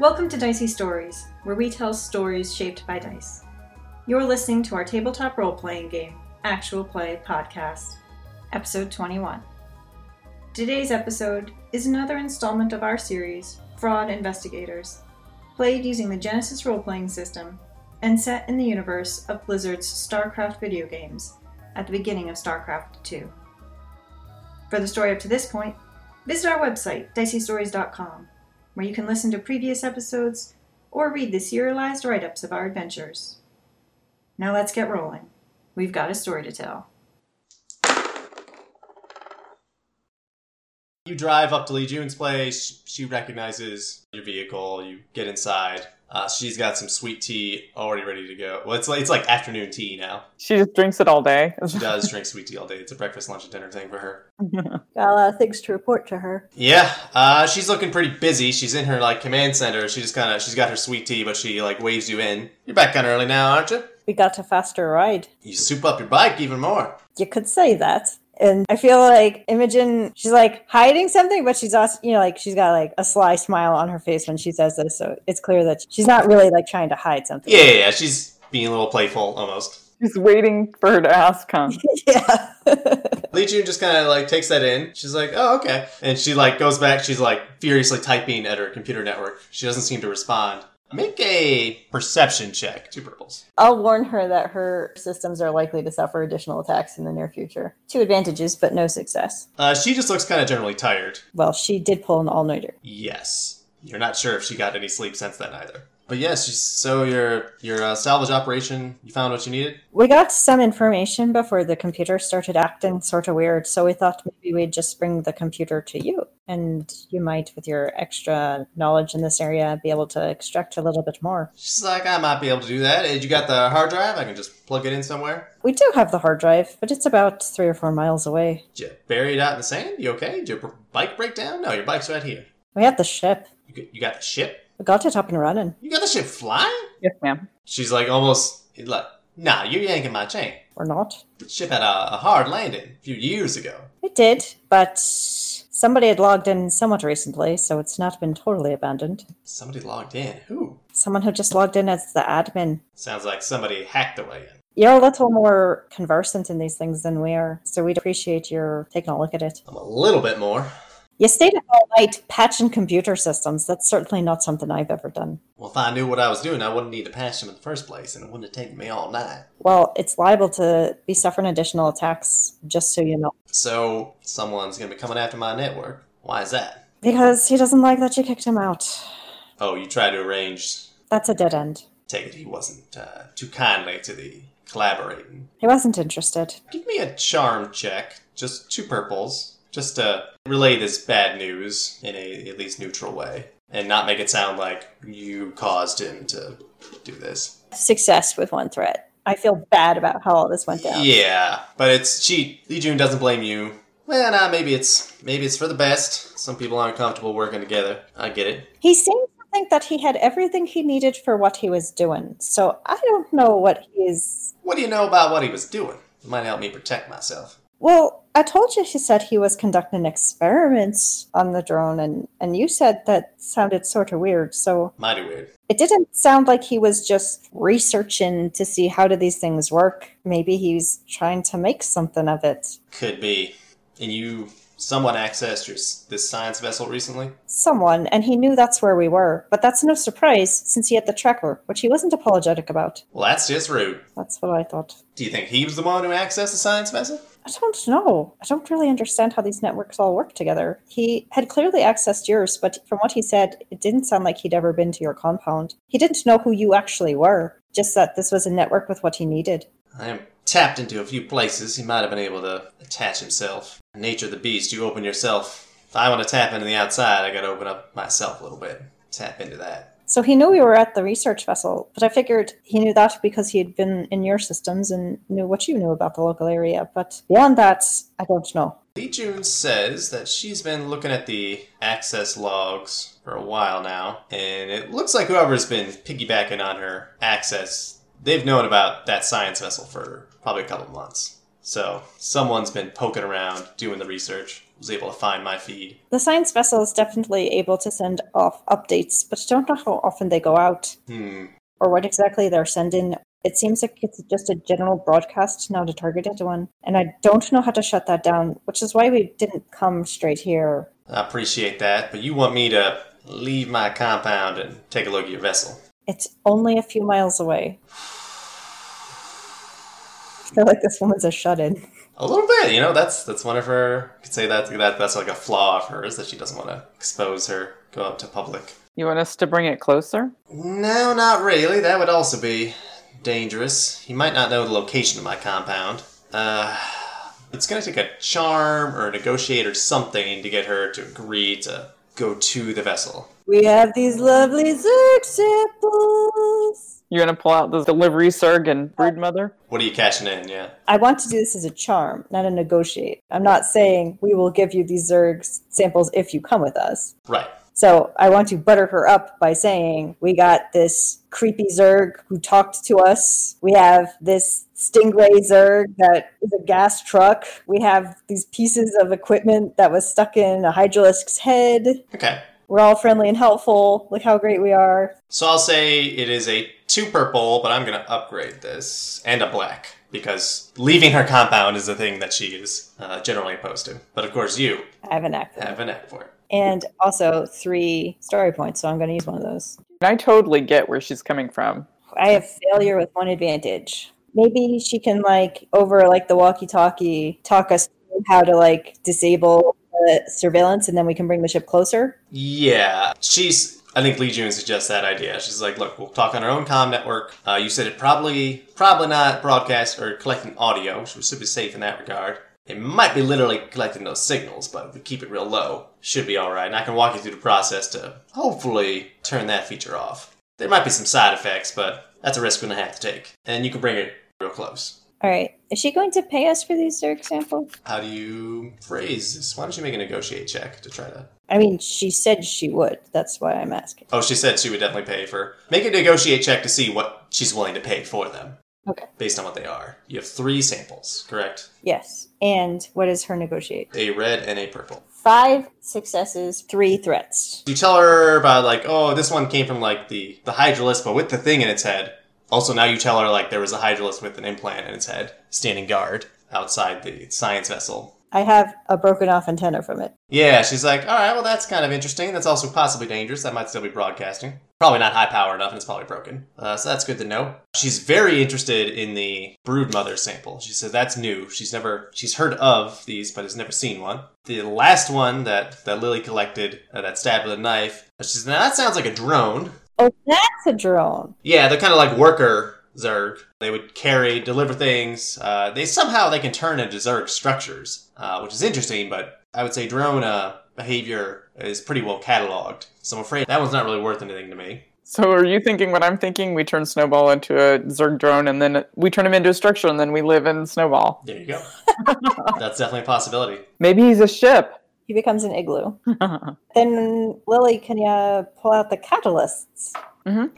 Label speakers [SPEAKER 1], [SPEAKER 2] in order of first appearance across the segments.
[SPEAKER 1] Welcome to Dicey Stories, where we tell stories shaped by dice. You're listening to our tabletop role playing game, Actual Play Podcast, Episode 21. Today's episode is another installment of our series, Fraud Investigators, played using the Genesis role playing system and set in the universe of Blizzard's StarCraft video games at the beginning of StarCraft 2. For the story up to this point, visit our website, diceystories.com, where you can listen to previous episodes or read the serialized write ups of our adventures. Now let's get rolling. We've got a story to tell.
[SPEAKER 2] You drive up to Lee June's place. She recognizes your vehicle. You get inside. Uh, she's got some sweet tea already ready to go. Well, it's like, it's like afternoon tea now.
[SPEAKER 3] She just drinks it all day.
[SPEAKER 2] She does drink sweet tea all day. It's a breakfast, lunch, and dinner thing for her.
[SPEAKER 4] Got a lot of things to report to her.
[SPEAKER 2] Yeah, uh, she's looking pretty busy. She's in her like command center. She just kind of she's got her sweet tea, but she like waves you in. You're back kind of early now, aren't you?
[SPEAKER 4] We got a faster ride.
[SPEAKER 2] You soup up your bike even more.
[SPEAKER 4] You could say that. And I feel like Imogen, she's like hiding something, but she's also, you know, like she's got like a sly smile on her face when she says this. So it's clear that she's not really like trying to hide something.
[SPEAKER 2] Yeah, yeah, yeah. she's being a little playful almost.
[SPEAKER 3] She's waiting for her to ask, huh?
[SPEAKER 4] Yeah.
[SPEAKER 2] Lee June just kind of like takes that in. She's like, "Oh, okay," and she like goes back. She's like furiously typing at her computer network. She doesn't seem to respond. Make a perception check. Two purples.
[SPEAKER 4] I'll warn her that her systems are likely to suffer additional attacks in the near future. Two advantages, but no success.
[SPEAKER 2] Uh, she just looks kind of generally tired.
[SPEAKER 4] Well, she did pull an all nighter.
[SPEAKER 2] Yes, you're not sure if she got any sleep since then either. But yes, she's, so your your uh, salvage operation, you found what you needed.
[SPEAKER 4] We got some information before the computer started acting sort of weird, so we thought maybe we'd just bring the computer to you. And you might, with your extra knowledge in this area, be able to extract a little bit more.
[SPEAKER 2] She's like, "I might be able to do that. Uh, You got the hard drive? I can just plug it in somewhere."
[SPEAKER 4] We do have the hard drive, but it's about three or four miles away.
[SPEAKER 2] Did you bury it out in the sand? You okay? Did your b- bike break down? No, your bike's right here.
[SPEAKER 4] We had the ship.
[SPEAKER 2] You got, you got the ship.
[SPEAKER 4] We got it up and running.
[SPEAKER 2] You got the ship flying.
[SPEAKER 3] Yes, ma'am.
[SPEAKER 2] She's like almost like, "Nah, you're yanking my chain."
[SPEAKER 4] Or not.
[SPEAKER 2] The ship had a, a hard landing a few years ago.
[SPEAKER 4] It did, but somebody had logged in somewhat recently, so it's not been totally abandoned.
[SPEAKER 2] Somebody logged in. Who?
[SPEAKER 4] Someone who just logged in as the admin.
[SPEAKER 2] Sounds like somebody hacked their way in.
[SPEAKER 4] You're a little more conversant in these things than we are, so we'd appreciate your taking a look at it.
[SPEAKER 2] I'm a little bit more.
[SPEAKER 4] You stayed up all night patching computer systems. That's certainly not something I've ever done.
[SPEAKER 2] Well, if I knew what I was doing, I wouldn't need to patch them in the first place, and it wouldn't have taken me all night.
[SPEAKER 4] Well, it's liable to be suffering additional attacks, just so you know.
[SPEAKER 2] So, someone's gonna be coming after my network. Why is that?
[SPEAKER 4] Because he doesn't like that you kicked him out.
[SPEAKER 2] Oh, you tried to arrange.
[SPEAKER 4] That's a dead end.
[SPEAKER 2] Take it he wasn't uh, too kindly to the collaborating.
[SPEAKER 4] He wasn't interested.
[SPEAKER 2] Give me a charm check, just two purples, just to relay this bad news in a at least neutral way, and not make it sound like you caused him to do this.
[SPEAKER 4] Success with one threat. I feel bad about how all this went down.
[SPEAKER 2] Yeah, but it's she. Lee June doesn't blame you. Well, nah, maybe it's maybe it's for the best. Some people aren't comfortable working together. I get it.
[SPEAKER 4] He seemed to think that he had everything he needed for what he was doing. So I don't know what he is.
[SPEAKER 2] What do you know about what he was doing? It might help me protect myself.
[SPEAKER 4] Well, I told you he said he was conducting experiments on the drone, and, and you said that sounded sort of weird. So
[SPEAKER 2] Mighty weird.
[SPEAKER 4] it didn't sound like he was just researching to see how do these things work. Maybe he's trying to make something of it.
[SPEAKER 2] Could be. And you, someone accessed your s- this science vessel recently.
[SPEAKER 4] Someone, and he knew that's where we were. But that's no surprise since he had the tracker, which he wasn't apologetic about.
[SPEAKER 2] Well, that's just rude.
[SPEAKER 4] That's what I thought.
[SPEAKER 2] Do you think he was the one who accessed the science vessel?
[SPEAKER 4] I don't know. I don't really understand how these networks all work together. He had clearly accessed yours, but from what he said, it didn't sound like he'd ever been to your compound. He didn't know who you actually were, just that this was a network with what he needed.
[SPEAKER 2] I am tapped into a few places. He might have been able to attach himself. Nature of the beast, you open yourself. If I want to tap into the outside, I gotta open up myself a little bit. Tap into that.
[SPEAKER 4] So he knew we were at the research vessel, but I figured he knew that because he had been in your systems and knew what you knew about the local area. But beyond that, I don't know.
[SPEAKER 2] Lee June says that she's been looking at the access logs for a while now, and it looks like whoever's been piggybacking on her access, they've known about that science vessel for probably a couple months. So someone's been poking around, doing the research. was able to find my feed.
[SPEAKER 4] The science vessel is definitely able to send off updates, but don't know how often they go out
[SPEAKER 2] Hmm.
[SPEAKER 4] or what exactly they're sending. It seems like it's just a general broadcast, not a targeted one. And I don't know how to shut that down, which is why we didn't come straight here.
[SPEAKER 2] I appreciate that, but you want me to leave my compound and take a look at your vessel.
[SPEAKER 4] It's only a few miles away. I feel like this woman's a shut in.
[SPEAKER 2] A little bit, you know. That's that's one of her. You could say that that that's like a flaw of hers that she doesn't want to expose her, go out to public.
[SPEAKER 3] You want us to bring it closer?
[SPEAKER 2] No, not really. That would also be dangerous. You might not know the location of my compound. Uh, it's gonna take a charm or a negotiate or something to get her to agree to go to the vessel.
[SPEAKER 4] We have these lovely Zerg samples.
[SPEAKER 3] You're gonna pull out the delivery surg and brood mother?
[SPEAKER 2] What are you cashing in? Yeah.
[SPEAKER 4] I want to do this as a charm, not a negotiate. I'm not saying we will give you these Zerg samples if you come with us.
[SPEAKER 2] Right.
[SPEAKER 4] So I want to butter her up by saying, We got this creepy Zerg who talked to us. We have this Stingray Zerg that is a gas truck. We have these pieces of equipment that was stuck in a Hydralisk's head.
[SPEAKER 2] Okay.
[SPEAKER 4] We're all friendly and helpful. Look how great we are.
[SPEAKER 2] So I'll say it is a two purple, but I'm gonna upgrade this and a black because leaving her compound is the thing that she is uh, generally opposed to. But of course, you
[SPEAKER 4] I have an act. for
[SPEAKER 2] have an app for it.
[SPEAKER 4] and also three story points. So I'm going to use one of those.
[SPEAKER 3] And I totally get where she's coming from.
[SPEAKER 4] I have failure with one advantage. Maybe she can like over like the walkie-talkie talk us through how to like disable the surveillance, and then we can bring the ship closer.
[SPEAKER 2] Yeah, she's. I think Lee June suggests that idea. She's like, "Look, we'll talk on our own com network. Uh, you said it probably, probably not broadcast or collecting audio, so we should be safe in that regard. It might be literally collecting those signals, but if we keep it real low, should be all right. And I can walk you through the process to hopefully turn that feature off. There might be some side effects, but that's a risk we're gonna have to take. And you can bring it real close.
[SPEAKER 4] All right. Is she going to pay us for these, for example?
[SPEAKER 2] How do you phrase this? Why don't you make a negotiate check to try to
[SPEAKER 4] I mean, she said she would. That's why I'm asking.
[SPEAKER 2] Oh, she said she would definitely pay for. Make a negotiate check to see what she's willing to pay for them.
[SPEAKER 4] Okay.
[SPEAKER 2] Based on what they are. You have three samples, correct?
[SPEAKER 4] Yes. And what is her negotiate?
[SPEAKER 2] A red and a purple.
[SPEAKER 4] Five successes, three threats.
[SPEAKER 2] You tell her about like, oh, this one came from like the the hydralisk, but with the thing in its head. Also, now you tell her like there was a hydralisk with an implant in its head, standing guard outside the science vessel.
[SPEAKER 4] I have a broken off antenna from it.
[SPEAKER 2] Yeah, she's like, all right, well, that's kind of interesting. That's also possibly dangerous. That might still be broadcasting. Probably not high power enough, and it's probably broken. Uh, so that's good to know. She's very interested in the broodmother sample. She says that's new. She's never, she's heard of these, but has never seen one. The last one that that Lily collected, uh, that stabbed with a knife. She says, now that sounds like a drone.
[SPEAKER 4] Oh, that's a drone.
[SPEAKER 2] Yeah, they're kind of like worker Zerg. They would carry, deliver things. Uh, they somehow they can turn into Zerg structures, uh, which is interesting. But I would say drone uh, behavior is pretty well cataloged. So I'm afraid that one's not really worth anything to me.
[SPEAKER 3] So are you thinking what I'm thinking? We turn Snowball into a Zerg drone and then we turn him into a structure and then we live in Snowball.
[SPEAKER 2] There you go. That's definitely a possibility.
[SPEAKER 3] Maybe he's a ship.
[SPEAKER 4] He becomes an igloo. Then Lily, can you pull out the catalysts?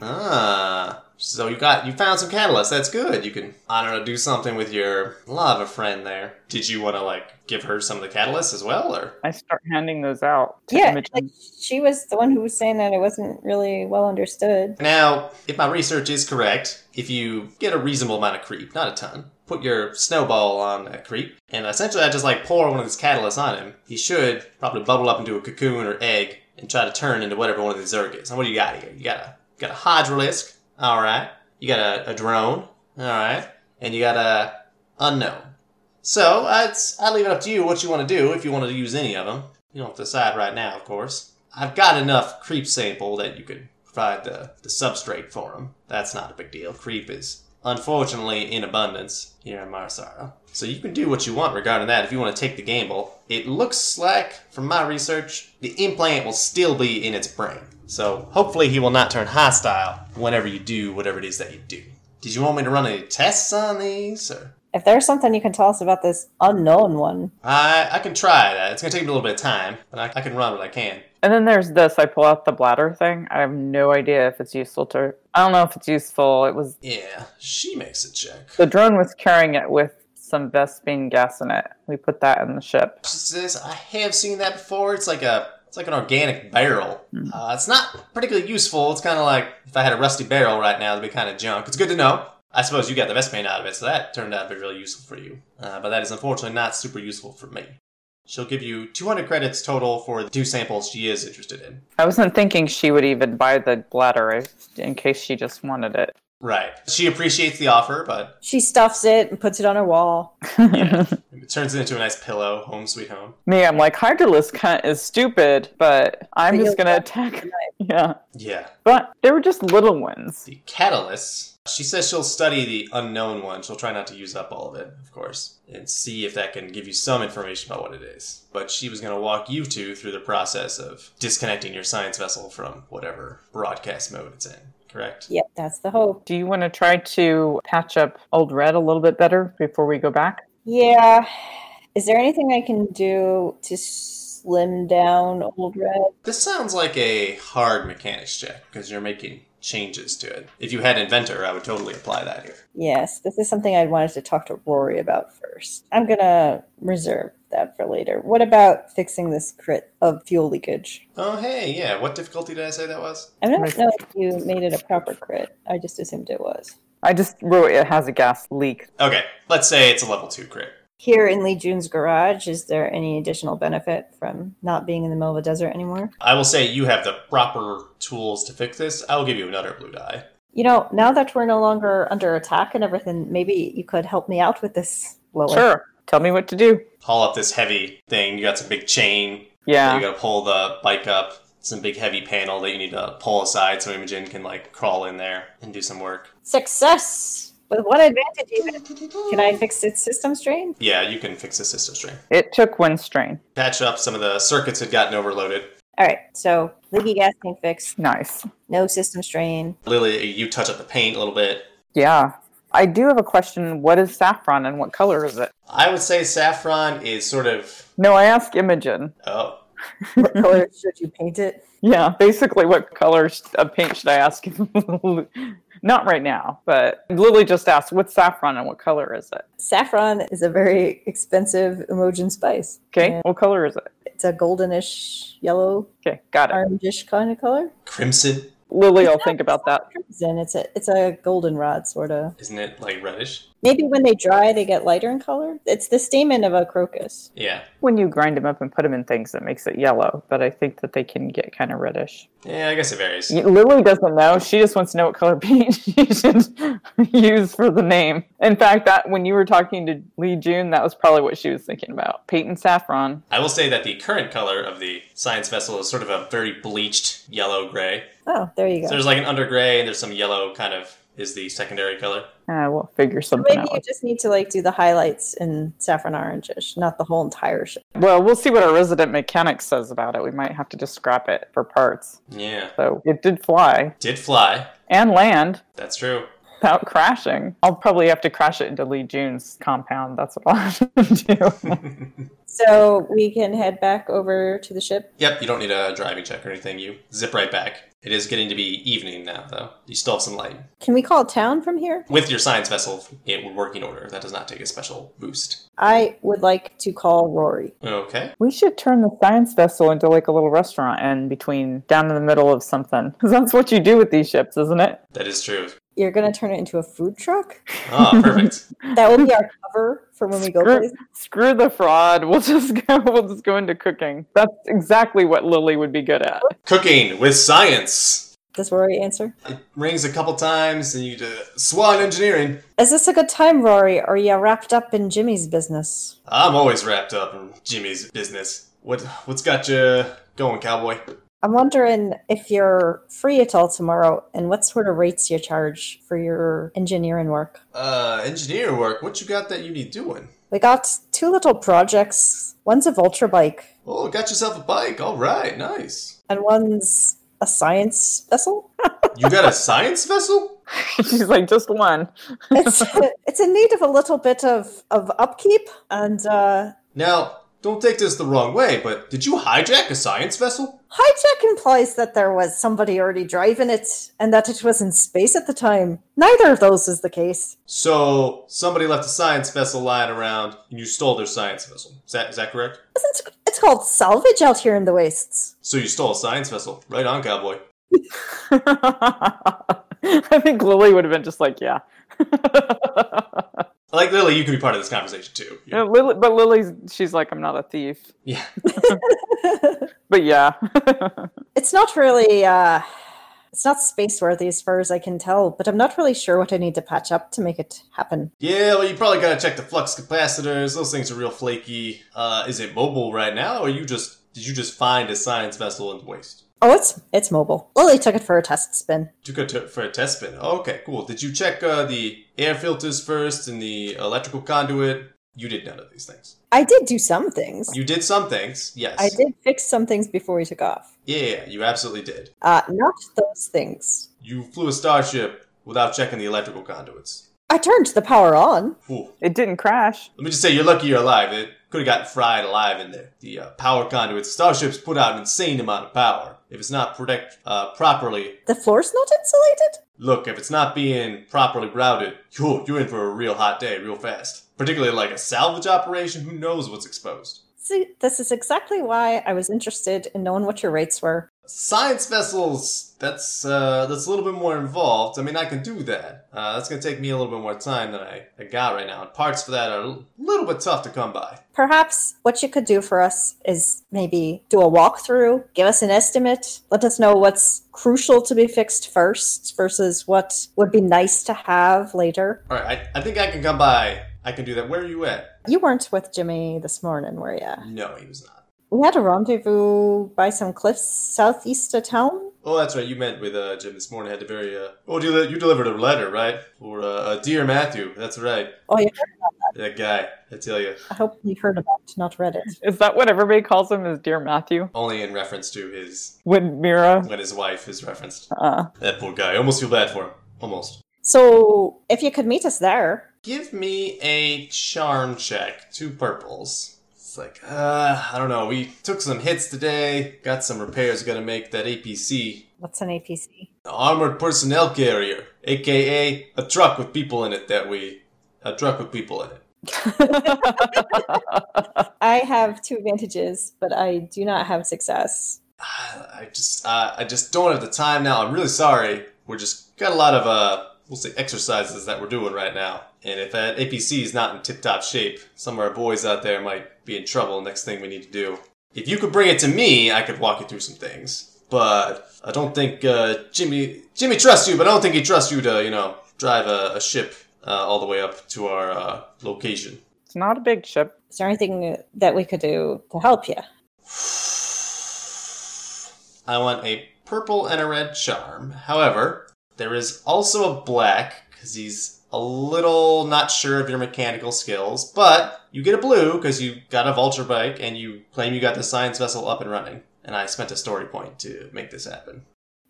[SPEAKER 2] Ah, so you got you found some catalysts. That's good. You can I don't know do something with your lava friend there. Did you want to like give her some of the catalysts as well, or
[SPEAKER 3] I start handing those out to
[SPEAKER 4] Yeah,
[SPEAKER 3] Imogen.
[SPEAKER 4] like she was the one who was saying that it wasn't really well understood.
[SPEAKER 2] Now, if my research is correct, if you get a reasonable amount of creep, not a ton, put your snowball on a creep, and essentially I just like pour one of these catalysts on him, he should probably bubble up into a cocoon or egg and try to turn into whatever one of these Zerg is. And what do you got here? You got a you got a Hodrelisk, alright. You got a, a drone, alright, and you got a unknown. So uh, it's, I leave it up to you what you want to do if you want to use any of them. You don't have to decide right now, of course. I've got enough creep sample that you could provide the, the substrate for them. That's not a big deal. Creep is unfortunately in abundance here in Marsara. So you can do what you want regarding that if you want to take the gamble. It looks like, from my research, the implant will still be in its brain. So hopefully he will not turn hostile whenever you do whatever it is that you do. Did you want me to run any tests on these, or
[SPEAKER 4] If there's something you can tell us about this unknown one,
[SPEAKER 2] I I can try that. It's gonna take me a little bit of time, but I, I can run what I can.
[SPEAKER 3] and then there's this. I pull out the bladder thing. I have no idea if it's useful to. I don't know if it's useful. It was
[SPEAKER 2] Yeah, she makes a check.
[SPEAKER 3] the drone was carrying it with some Vespine gas in it. We put that in the ship.
[SPEAKER 2] Says, I have seen that before. It's like a it's like an organic barrel. Uh, it's not particularly useful. It's kind of like if I had a rusty barrel right now, it'd be kind of junk. It's good to know. I suppose you got the best pain out of it, so that turned out to be really useful for you. Uh, but that is unfortunately not super useful for me. She'll give you 200 credits total for the two samples she is interested in.
[SPEAKER 3] I wasn't thinking she would even buy the bladder if- in case she just wanted it.
[SPEAKER 2] Right. She appreciates the offer, but
[SPEAKER 4] She stuffs it and puts it on her wall.
[SPEAKER 2] it turns it into a nice pillow, home sweet home.
[SPEAKER 3] Me, I'm like, Hydralisk cunt is stupid, but I'm
[SPEAKER 4] But
[SPEAKER 3] just
[SPEAKER 4] you'll
[SPEAKER 3] gonna
[SPEAKER 4] love
[SPEAKER 3] attack. Yeah.
[SPEAKER 2] Yeah.
[SPEAKER 3] But they were just little ones.
[SPEAKER 2] The catalysts. She says she'll study the unknown one. She'll try not to use up all of it, of course, and see if that can give you some information about what it is. But she was going to walk you two through the process of disconnecting your science vessel from whatever broadcast mode it's in, correct?
[SPEAKER 4] Yep, that's the hope.
[SPEAKER 3] Do you want to try to patch up Old Red a little bit better before we go back?
[SPEAKER 4] Yeah. Is there anything I can do to slim down Old Red?
[SPEAKER 2] This sounds like a hard mechanics check because you're making changes to it. If you had Inventor, I would totally apply that here.
[SPEAKER 4] Yes, this is something I wanted to talk to Rory about first. I'm gonna reserve that for later. What about fixing this crit of fuel leakage?
[SPEAKER 2] Oh, hey, yeah. What difficulty did I say that was?
[SPEAKER 4] I don't
[SPEAKER 3] Right.
[SPEAKER 4] know if you made it a proper crit. I just assumed it was.
[SPEAKER 3] I just wrote it has a gas leak.
[SPEAKER 2] Okay, let's say it's a level 2 crit.
[SPEAKER 4] Here in Lee June's garage, is there any additional benefit from not being in the middle of a desert anymore?
[SPEAKER 2] I will say you have the proper tools to fix this. I will give you another blue die.
[SPEAKER 4] You know, now that we're no longer under attack and everything, maybe you could help me out with this lower.
[SPEAKER 3] Sure. Tell me what to do.
[SPEAKER 2] Haul up this heavy thing. You got some big chain. that You
[SPEAKER 3] Yeah.
[SPEAKER 2] got to pull the bike up. Some big heavy panel that you need to pull aside so Imogen can like crawl in there and do some work.
[SPEAKER 4] Success! With what advantage even? Can I fix its system strain?
[SPEAKER 2] Yeah, you can fix the system string.
[SPEAKER 3] It took one strain.
[SPEAKER 2] Patch up some of the circuits had gotten overloaded.
[SPEAKER 4] All right, so leaky gas tank fixed,
[SPEAKER 3] Nice.
[SPEAKER 4] no system strain.
[SPEAKER 2] Lily, you touch up the paint a little bit.
[SPEAKER 3] Yeah. I do have a question. What is saffron and what color is it?
[SPEAKER 2] I would say saffron is sort of
[SPEAKER 3] No, I asked Imogen.
[SPEAKER 2] oh
[SPEAKER 4] What color should you paint it?
[SPEAKER 3] Yeah, basically, what color sh- of paint should I ask? Not right now, but Lily just asked, what's saffron and what color is it?
[SPEAKER 4] Saffron is a very expensive emojin spice.
[SPEAKER 3] Okay,
[SPEAKER 4] And
[SPEAKER 3] what color is it?
[SPEAKER 4] it's a goldenish yellow,
[SPEAKER 3] Okay, got it.
[SPEAKER 4] orangish kind of color.
[SPEAKER 2] crimson,
[SPEAKER 3] Lily, I'll think about that.
[SPEAKER 4] Crimson. It's a it's a goldenrod sort of.
[SPEAKER 2] isn't it? Like reddish.
[SPEAKER 4] Maybe when they dry, they get lighter in color. It's the stamen of a crocus.
[SPEAKER 2] Yeah,
[SPEAKER 3] When you grind them up and put them in things, it makes it yellow, but I think that they can get kind of reddish.
[SPEAKER 2] yeah. I guess it varies.
[SPEAKER 3] Y- Lily doesn't know. She just wants to know what color paint she should use for the name. In fact, that when you were talking to Lee June, that was probably what she was thinking about. Paint and saffron.
[SPEAKER 2] I will say that the current color of the science vessel is sort of a very bleached yellow gray.
[SPEAKER 4] Oh, there you go.
[SPEAKER 2] So there's like an under gray and there's some yellow kind of is the secondary color.
[SPEAKER 3] Uh, we'll figure something
[SPEAKER 4] Maybe
[SPEAKER 3] out.
[SPEAKER 4] you just need to like do the highlights in saffron orangish, not the whole entire ship.
[SPEAKER 3] Well, we'll see what our resident mechanic says about it. We might have to just scrap it for parts.
[SPEAKER 2] Yeah.
[SPEAKER 3] So it did fly
[SPEAKER 2] Did fly.
[SPEAKER 3] and land
[SPEAKER 2] That's true.
[SPEAKER 3] without crashing. I'll probably have to crash it into Lee June's compound. That's what I'll have to do.
[SPEAKER 4] So we can head back over to the ship.
[SPEAKER 2] Yep, you don't need a driving check or anything. You zip right back. It is getting to be evening now, though. You still have some light.
[SPEAKER 4] Can we call town from here?
[SPEAKER 2] With your science vessel in working order, that does not take a special boost.
[SPEAKER 4] I would like to call Rory.
[SPEAKER 2] Okay.
[SPEAKER 3] we should turn the science vessel into like a little restaurant and between down in the middle of something. Because that's what you do with these ships, isn't it?
[SPEAKER 2] That is true.
[SPEAKER 4] You're gonna turn it into a food truck.
[SPEAKER 2] Ah, perfect.
[SPEAKER 4] That will be our cover for when we go
[SPEAKER 3] Screw-
[SPEAKER 4] places.
[SPEAKER 3] Screw the fraud. We'll just go we'll just go into cooking. That's exactly what Lily would be good at.
[SPEAKER 2] Cooking with science.
[SPEAKER 4] Does Rory answer?
[SPEAKER 2] It rings a couple times, and you do SWAT engineering.
[SPEAKER 4] Is this a good time, Rory? Or are you wrapped up in Jimmy's business?
[SPEAKER 2] I'm always wrapped up in Jimmy's business. What what's got you going, cowboy?
[SPEAKER 4] I'm wondering if you're free at all tomorrow and what sort of rates you charge for your engineering work.
[SPEAKER 2] Uh, engineer work. What you got that you need doing?
[SPEAKER 4] We got two little projects. One's a Vulturebike
[SPEAKER 2] Oh, got yourself a bike. All right, nice.
[SPEAKER 4] and one's a science vessel.
[SPEAKER 2] You got a science vessel?
[SPEAKER 3] She's like, just one.
[SPEAKER 4] It's it's in need of a little bit of, of upkeep and uh
[SPEAKER 2] Now, Don't take this the wrong way, but did you hijack a science vessel?
[SPEAKER 4] Hijack implies that there was somebody already driving it and that it was in space at the time. Neither of those is the case.
[SPEAKER 2] So somebody left a science vessel lying around, and you stole their science vessel. Is that is that correct?
[SPEAKER 4] Isn't it- it's called salvage out here in the wastes?
[SPEAKER 2] So you stole a science vessel, right on, cowboy.
[SPEAKER 3] I think Lily would have been just like, yeah.
[SPEAKER 2] Like Lily, you could be part of this conversation too. You-
[SPEAKER 3] No, Lily, but Lily's, she's like, I'm not a thief.
[SPEAKER 2] Yeah.
[SPEAKER 3] But yeah.
[SPEAKER 4] it's not really uh it's not space worthy as far as I can tell, but I'm not really sure what I need to patch up to make it happen.
[SPEAKER 2] Yeah, well, you probably gotta check the flux capacitors. Those things are real flaky. Uh, is it mobile right now, or you just did you just find a science vessel in waste?
[SPEAKER 4] Oh, it's it's mobile. Lily took it for a test spin.
[SPEAKER 2] Took it to, for a test spin. okay, cool. Did you check uh, the air filters first and the electrical conduit? You did none of these things.
[SPEAKER 4] I did do some things.
[SPEAKER 2] You did some things, yes.
[SPEAKER 4] I did fix some things before we took off.
[SPEAKER 2] Yeah, you absolutely did.
[SPEAKER 4] Uh, not those things.
[SPEAKER 2] You flew a starship without checking the electrical conduits.
[SPEAKER 4] I turned the power on.
[SPEAKER 2] Whew.
[SPEAKER 3] it didn't crash.
[SPEAKER 2] Let me just say, you're lucky you're alive. It could have gotten fried alive in there. The uh, power conduits, starships put out an insane amount of power. If it's not protect uh, properly,
[SPEAKER 4] The floor's not insulated.
[SPEAKER 2] look, if it's not being properly routed, you're, you're in for a real hot day, real fast. Particularly like a salvage operation, who knows what's exposed.
[SPEAKER 4] See, this is exactly why I was interested in knowing what your rates were.
[SPEAKER 2] Science vessels, that's uh, that's a little bit more involved. I mean, I can do that. Uh, that's gonna take me a little bit more time than I, I got right now, and parts for that are a little bit tough to come by.
[SPEAKER 4] Perhaps what you could do for us is maybe do a walkthrough, give us an estimate, let us know what's crucial to be fixed first versus what would be nice to have later.
[SPEAKER 2] All right, I, I think I can come by. I can do that. Where are you at?
[SPEAKER 4] You weren't with Jimmy this morning, were you?
[SPEAKER 2] No, he was not.
[SPEAKER 4] We had a rendezvous by some cliffs southeast of town.
[SPEAKER 2] Oh, that's right. You met with uh, Jim this morning. Had to very. Uh... Oh, you, you delivered a letter, right? For uh, uh, dear Matthew. That's right.
[SPEAKER 4] Oh, you heard,
[SPEAKER 2] That guy. I tell you,
[SPEAKER 4] I hope you heard about it, not read it.
[SPEAKER 3] Is that what everybody calls him? Is Dear Matthew?
[SPEAKER 2] only in reference to his
[SPEAKER 3] When Mira.
[SPEAKER 2] when his wife is referenced.
[SPEAKER 3] Uh,
[SPEAKER 2] That poor guy. I almost feel bad for him. Almost.
[SPEAKER 4] So if you could meet us there,
[SPEAKER 2] Give me a charm check. Two purples. It's like, uh, I don't know. We took some hits today. Got some repairs. Got to make that APC.
[SPEAKER 4] what's an APC?
[SPEAKER 2] An armored personnel carrier, aka a truck with people in it that we, a truck with people in it.
[SPEAKER 4] I have two advantages, but I do not have success.
[SPEAKER 2] Ah, I just, uh, I just don't have the time now. I'm really sorry. We're just got a lot of, uh, we'll say exercises that we're doing right now. And if that APC is not in tip-top shape, some of our boys out there might be in trouble. Next thing we need to do. If you could bring it to me, I could walk you through some things. But I don't think uh, Jimmy Jimmy trusts you, but I don't think he trusts you to, you know, drive a, a ship uh, all the way up to our uh, location.
[SPEAKER 3] it's not a big ship.
[SPEAKER 4] Is there anything that we could do to help you?
[SPEAKER 2] I want a purple and a red charm. However, there is also a black because he's a little not sure of your mechanical skills, but you get a blue because you got a vulture bike and you claim you got the science vessel up and running. And I spent a story point to make this happen.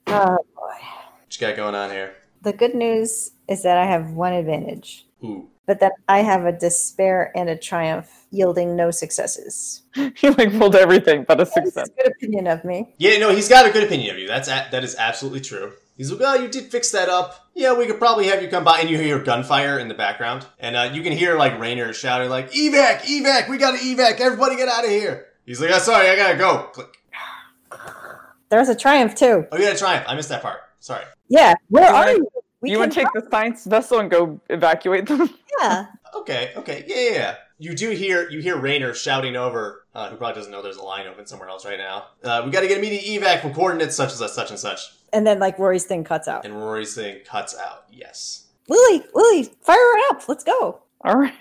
[SPEAKER 4] Oh boy.
[SPEAKER 2] What you got going on here?
[SPEAKER 4] The good news is that I have one advantage,
[SPEAKER 2] Ooh.
[SPEAKER 4] but then I have a despair and a triumph, yielding no successes.
[SPEAKER 3] He like pulled everything but a
[SPEAKER 4] That is
[SPEAKER 3] success.
[SPEAKER 4] a good opinion of me.
[SPEAKER 2] Yeah, no, he's got a good opinion of you. That's a- that is absolutely true. He's like, oh, you did fix that up. Yeah, we could probably have you come by, and you hear gunfire in the background, and uh, you can hear like Rainer shouting like, "Evac, evac, we gotta evac! Everybody get out of here!" He's like, "I'm sorry, I gotta go." Click.
[SPEAKER 4] There's a triumph too.
[SPEAKER 2] Oh, you gotta triumph. I missed that part. Sorry.
[SPEAKER 4] Yeah, where
[SPEAKER 3] You
[SPEAKER 4] are
[SPEAKER 3] wanna-
[SPEAKER 4] you? We
[SPEAKER 3] you want to
[SPEAKER 4] can-
[SPEAKER 3] take the science vessel and go evacuate them?
[SPEAKER 4] Yeah.
[SPEAKER 2] Okay, okay, yeah, yeah, yeah. You do hear you hear Rainer shouting over, uh, who probably doesn't know there's a line open somewhere else right now. Uh, we gotta get immediate evac for coordinates such and such, such and such.
[SPEAKER 4] And then like Rory's thing cuts out.
[SPEAKER 2] And Rory's thing cuts out. Yes.
[SPEAKER 4] Lily, Lily, fire it up. Let's go.
[SPEAKER 3] All right.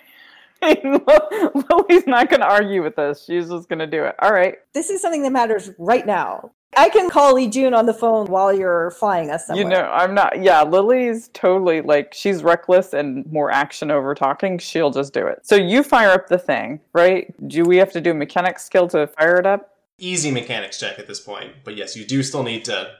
[SPEAKER 3] Lily's not going to argue with us. She's just going to do it. All right.
[SPEAKER 4] This is something that matters right now. I can call Lee June on the phone while you're flying us somewhere.
[SPEAKER 3] You know, I'm not. Yeah, Lily's totally like she's reckless and more action over talking. She'll just do it. So you fire up the thing, right? Do we have to do mechanic skill to fire it up?
[SPEAKER 2] Easy mechanics check at this point, but yes, you do still need to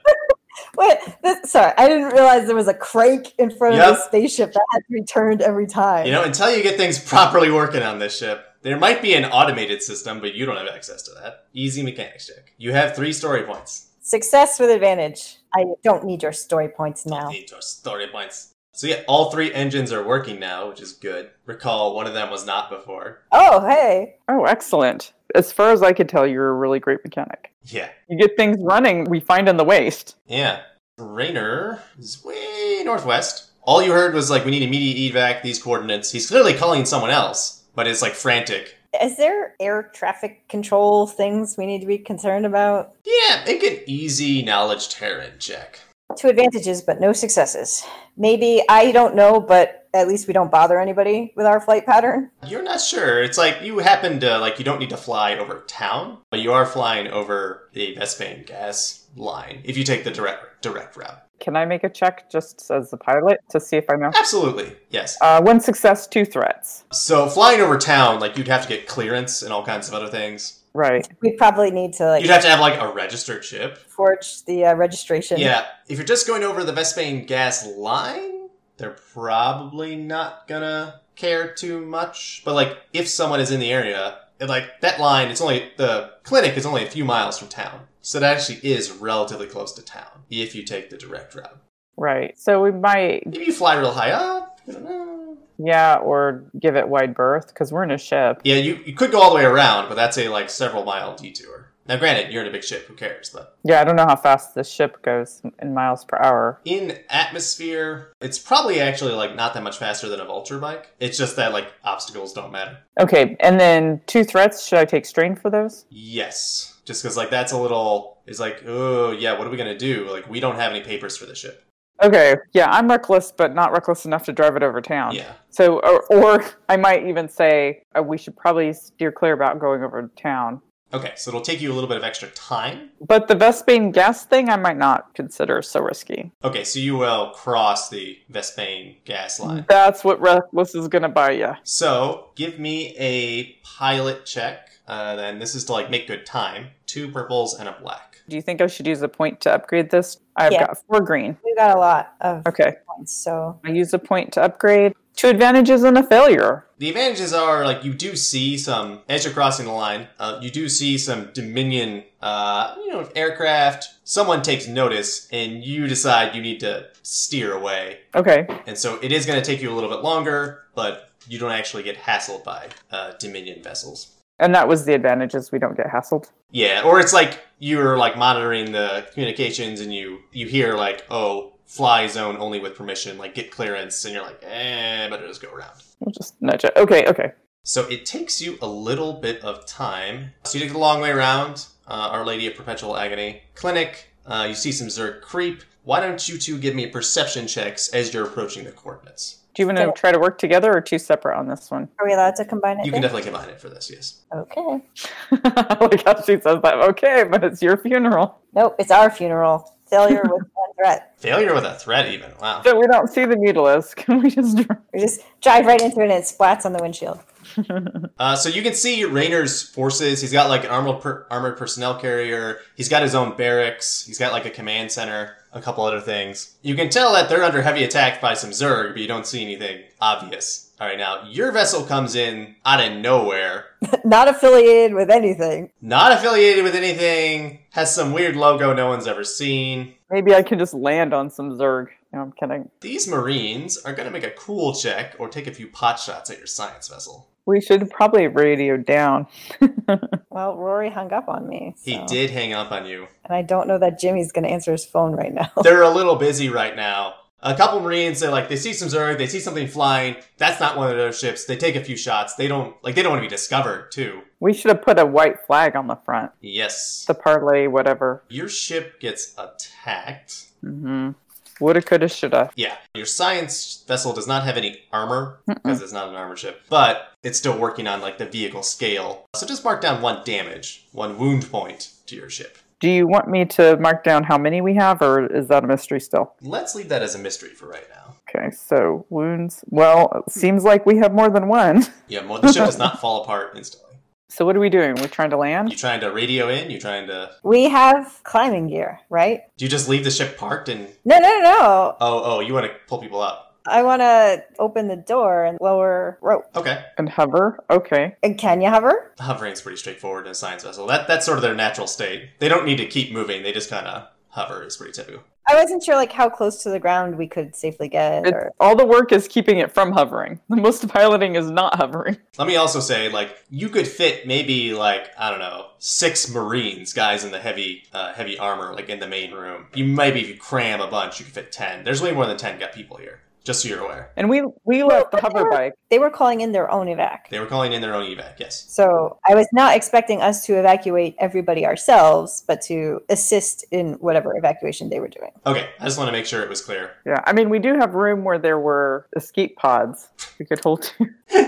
[SPEAKER 4] Wait, this, sorry, I didn't realize there was a crank in front
[SPEAKER 2] Yep.
[SPEAKER 4] of the spaceship that had to be turned every time.
[SPEAKER 2] You know, until you get things properly working on this ship, There might be an automated system, but you don't have access to that. Easy mechanics check. You have three story points.
[SPEAKER 5] Success with advantage.
[SPEAKER 4] I don't need your story points now.
[SPEAKER 2] Need your story points. So yeah, all three engines are working now, which is good. Recall one of them was not before.
[SPEAKER 5] Oh, hey.
[SPEAKER 3] Oh, excellent. As far as I could tell, you're a really great mechanic.
[SPEAKER 2] Yeah.
[SPEAKER 3] You get things running, we find in the waste.
[SPEAKER 2] Yeah. Rainer is way northwest. All you heard was like, we need immediate evac these coordinates. He's clearly calling someone else, but it's like frantic.
[SPEAKER 5] Is there air traffic control things we need to be concerned about?
[SPEAKER 2] Yeah, make an easy knowledge Terran check.
[SPEAKER 5] Two advantages, but no successes. Maybe, I don't know, but at least we don't bother anybody with our flight pattern.
[SPEAKER 2] You're not sure. It's like you happen to like you don't need to fly over town, but you are flying over the Vespane gas line if you take the direct direct route.
[SPEAKER 3] Can I make a check just as a pilot to see if I know?
[SPEAKER 2] Absolutely. Yes.
[SPEAKER 3] Uh, one success, two threats.
[SPEAKER 2] So flying over town, like you'd have to get clearance and all kinds of other things.
[SPEAKER 3] Right.
[SPEAKER 5] We probably need to like
[SPEAKER 2] You'd have to have like a registered ship.
[SPEAKER 5] forge the uh, registration.
[SPEAKER 2] Yeah. If you're just going over the Vespane gas line, they're probably not gonna care too much. But like if someone is in the area, and like that line, it's only the clinic is only a few miles from town. So that actually is relatively close to town if you take the direct route.
[SPEAKER 3] Right. So we might,
[SPEAKER 2] If you fly real high up, I don't know.
[SPEAKER 3] yeah, or give it wide berth because we're in a ship.
[SPEAKER 2] Yeah, you, you could go all the way around, but that's a like several mile detour. Now granted, you're in a big ship, who cares? But
[SPEAKER 3] Yeah, I don't know how fast this ship goes in miles per hour.
[SPEAKER 2] in atmosphere, it's probably actually like not that much faster than a vulture bike. It's just that like obstacles don't matter.
[SPEAKER 3] Okay, and then two threats. Should I take strain for those?
[SPEAKER 2] Yes, just because like that's a little is like oh yeah, what are we gonna do? Like we don't have any papers for the ship.
[SPEAKER 3] Okay, yeah, I'm reckless, but not reckless enough to drive it over town.
[SPEAKER 2] Yeah,
[SPEAKER 3] So, or, or I might even say uh, we should probably steer clear about going over town.
[SPEAKER 2] okay, so it'll take you a little bit of extra time.
[SPEAKER 3] But the Vespane gas thing, I might not consider so risky.
[SPEAKER 2] Okay, so you will cross the Vespane gas line.
[SPEAKER 3] That's what reckless is gonna buy you.
[SPEAKER 2] So give me a pilot check. Uh, then this is to like make good time. Two purples and a black.
[SPEAKER 3] Do you think I should use a point to upgrade this? I've
[SPEAKER 5] Yeah.
[SPEAKER 3] got four green.
[SPEAKER 5] We got a lot of
[SPEAKER 3] Okay,
[SPEAKER 5] points, so
[SPEAKER 3] I use a point to upgrade. Two advantages and a failure.
[SPEAKER 2] The advantages are like you do see some as you're crossing the line, uh, you do see some Dominion, uh, you know, aircraft. Someone takes notice, and you decide you need to steer away,
[SPEAKER 3] Okay,
[SPEAKER 2] and so it is going to take you a little bit longer, but you don't actually get hassled by uh, Dominion vessels.
[SPEAKER 3] and that was the advantages. We don't get hassled.
[SPEAKER 2] Yeah, or it's like you're like monitoring the communications, and you you hear like, oh, fly zone only with permission, like get clearance, and you're like, eh, better just go around.
[SPEAKER 3] We'll just nudge it. Okay, okay.
[SPEAKER 2] So it takes you a little bit of time. So you take the long way around, uh, Our Lady of Perpetual Agony Clinic. Uh, you see some Zerg creep. Why don't you two give me perception checks as you're approaching the coordinates?
[SPEAKER 3] Do you want to try to work together or two separate on this one?
[SPEAKER 5] are we allowed to combine it?
[SPEAKER 2] You can
[SPEAKER 5] then?
[SPEAKER 2] definitely combine it for this, yes.
[SPEAKER 5] okay.
[SPEAKER 3] I like how she says that. Okay, but it's your funeral.
[SPEAKER 5] Nope, it's our funeral. Failure with one threat.
[SPEAKER 2] Failure with a threat, even. Wow.
[SPEAKER 3] So we don't see the mutilus. Can we just?
[SPEAKER 5] We just drive right into it and it splats on the windshield.
[SPEAKER 2] Uh, so you can see Rayner's forces. He's got like an armored per- armored personnel carrier. He's got his own barracks. He's got like a command center. A couple other things. You can tell that they're under heavy attack by some Zerg, but you don't see anything obvious. All right, now your vessel comes in out of nowhere,
[SPEAKER 5] Not affiliated with anything.
[SPEAKER 2] not affiliated with anything, has some weird logo no one's ever seen.
[SPEAKER 3] Maybe I can just land on some zerg. No, I'm kidding.
[SPEAKER 2] These Marines are going to make a cool check or take a few pot shots at your science vessel.
[SPEAKER 3] We should probably radio down.
[SPEAKER 5] Well, Rory hung up on me.
[SPEAKER 2] He
[SPEAKER 4] Oh.
[SPEAKER 5] so-
[SPEAKER 2] did hang up on you.
[SPEAKER 5] And I don't know that Jimmy's going to answer his phone right now.
[SPEAKER 2] they're a little busy right now. A couple Marines, they're like, they see some Zerg, they see something flying. That's not one of their ships. They take a few shots. They don't, like, they don't want to be discovered, too.
[SPEAKER 3] We should have put a white flag on the front.
[SPEAKER 2] Yes.
[SPEAKER 3] The parlay, whatever.
[SPEAKER 2] Your ship gets attacked.
[SPEAKER 3] Mm-hmm. Woulda, coulda, shoulda.
[SPEAKER 2] Yeah. Your science vessel does not have any armor, because it's not an armor ship, but it's still working on, like, the vehicle scale. So just mark down one damage, one wound point to your ship.
[SPEAKER 3] Do you want me to mark down how many we have, or is that a mystery still?
[SPEAKER 2] Let's leave that as a mystery for right now.
[SPEAKER 3] Okay, so wounds. Well, it seems like we have more than one.
[SPEAKER 2] Yeah, well, the ship does not fall apart instantly.
[SPEAKER 3] So what are we doing? We're trying to
[SPEAKER 2] You
[SPEAKER 3] land?
[SPEAKER 2] trying to radio in? You trying to.
[SPEAKER 5] we have climbing gear, right?
[SPEAKER 2] Do you just leave the ship parked and
[SPEAKER 5] No, no, no.
[SPEAKER 2] Oh, oh, you want to pull people up.
[SPEAKER 4] I want to open the door and lower rope.
[SPEAKER 2] Okay.
[SPEAKER 3] And hover. Okay.
[SPEAKER 4] And can you hover?
[SPEAKER 2] Hovering's pretty straightforward in a science vessel. That that's sort of their natural state. They don't need to keep moving. They just kind of hover. Is pretty typical.
[SPEAKER 4] I wasn't sure like how close to the ground we could safely get.
[SPEAKER 3] It,
[SPEAKER 4] or...
[SPEAKER 3] all the work is keeping it from hovering. Most of piloting is not hovering.
[SPEAKER 2] Let me also say, like, you could fit maybe like I don't know six Marines, guys in the heavy uh, heavy armor, like in the main room. You maybe if you cram a bunch, you could fit ten. There's way more than ten got people here. Just so you're aware,
[SPEAKER 3] And we we left the hover bike.
[SPEAKER 4] They were calling in their own evac.
[SPEAKER 2] they were calling in their own evac. Yes.
[SPEAKER 4] So I was not expecting us to evacuate everybody ourselves, but to assist in whatever evacuation they were doing.
[SPEAKER 2] Okay. I just want to make sure it was clear.
[SPEAKER 3] Yeah. I mean, we do have room where there were escape pods. We could hold 2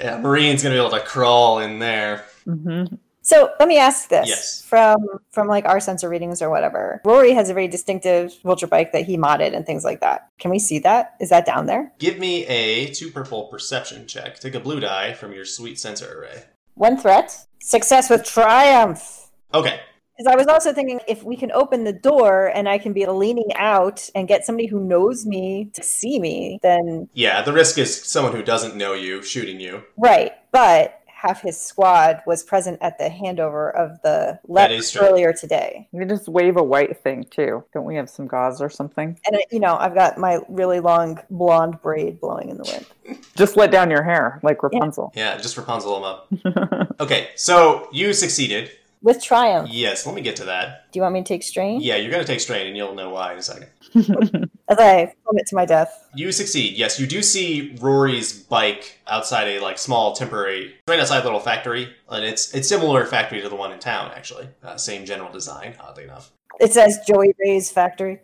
[SPEAKER 2] Yeah, Marine's gonna be able to crawl in there.
[SPEAKER 3] Mm-hmm.
[SPEAKER 4] So let me ask this
[SPEAKER 2] Yes.
[SPEAKER 4] from from like our sensor readings or whatever. Rory has a very distinctive vulture bike that he modded and things like that. Can we see that? Is that down there?
[SPEAKER 2] Give me a two purple perception check. Take a blue die from your sweet sensor array.
[SPEAKER 5] One threat.
[SPEAKER 4] Success with triumph.
[SPEAKER 2] Okay.
[SPEAKER 4] Because I was also thinking if we can open the door and I can be leaning out and get somebody who knows me to see me, then
[SPEAKER 2] Yeah, the risk is someone who doesn't know you shooting you.
[SPEAKER 4] right. But half his squad was present at the handover of the letter
[SPEAKER 2] is true.
[SPEAKER 4] earlier today.
[SPEAKER 3] We could just wave a white thing too. Don't we have some gauze or something?
[SPEAKER 4] And I, you know, I've got my really long blonde braid blowing in the wind.
[SPEAKER 3] Just let down your hair like Rapunzel.
[SPEAKER 2] Yeah, just Rapunzel him up. okay, so you succeeded.
[SPEAKER 4] With triumph.
[SPEAKER 2] Yes, let me get to that.
[SPEAKER 4] Do you want me to take strain?
[SPEAKER 2] Yeah, you're gonna take strain and you'll know why in a second.
[SPEAKER 4] As I plummet to my death.
[SPEAKER 2] You succeed. Yes, you do see Rory's bike outside a like small temporary, right outside a little factory, and it's it's similar factory to the one in town actually. Uh, same general design, oddly enough.
[SPEAKER 4] It says Joey Ray's factory.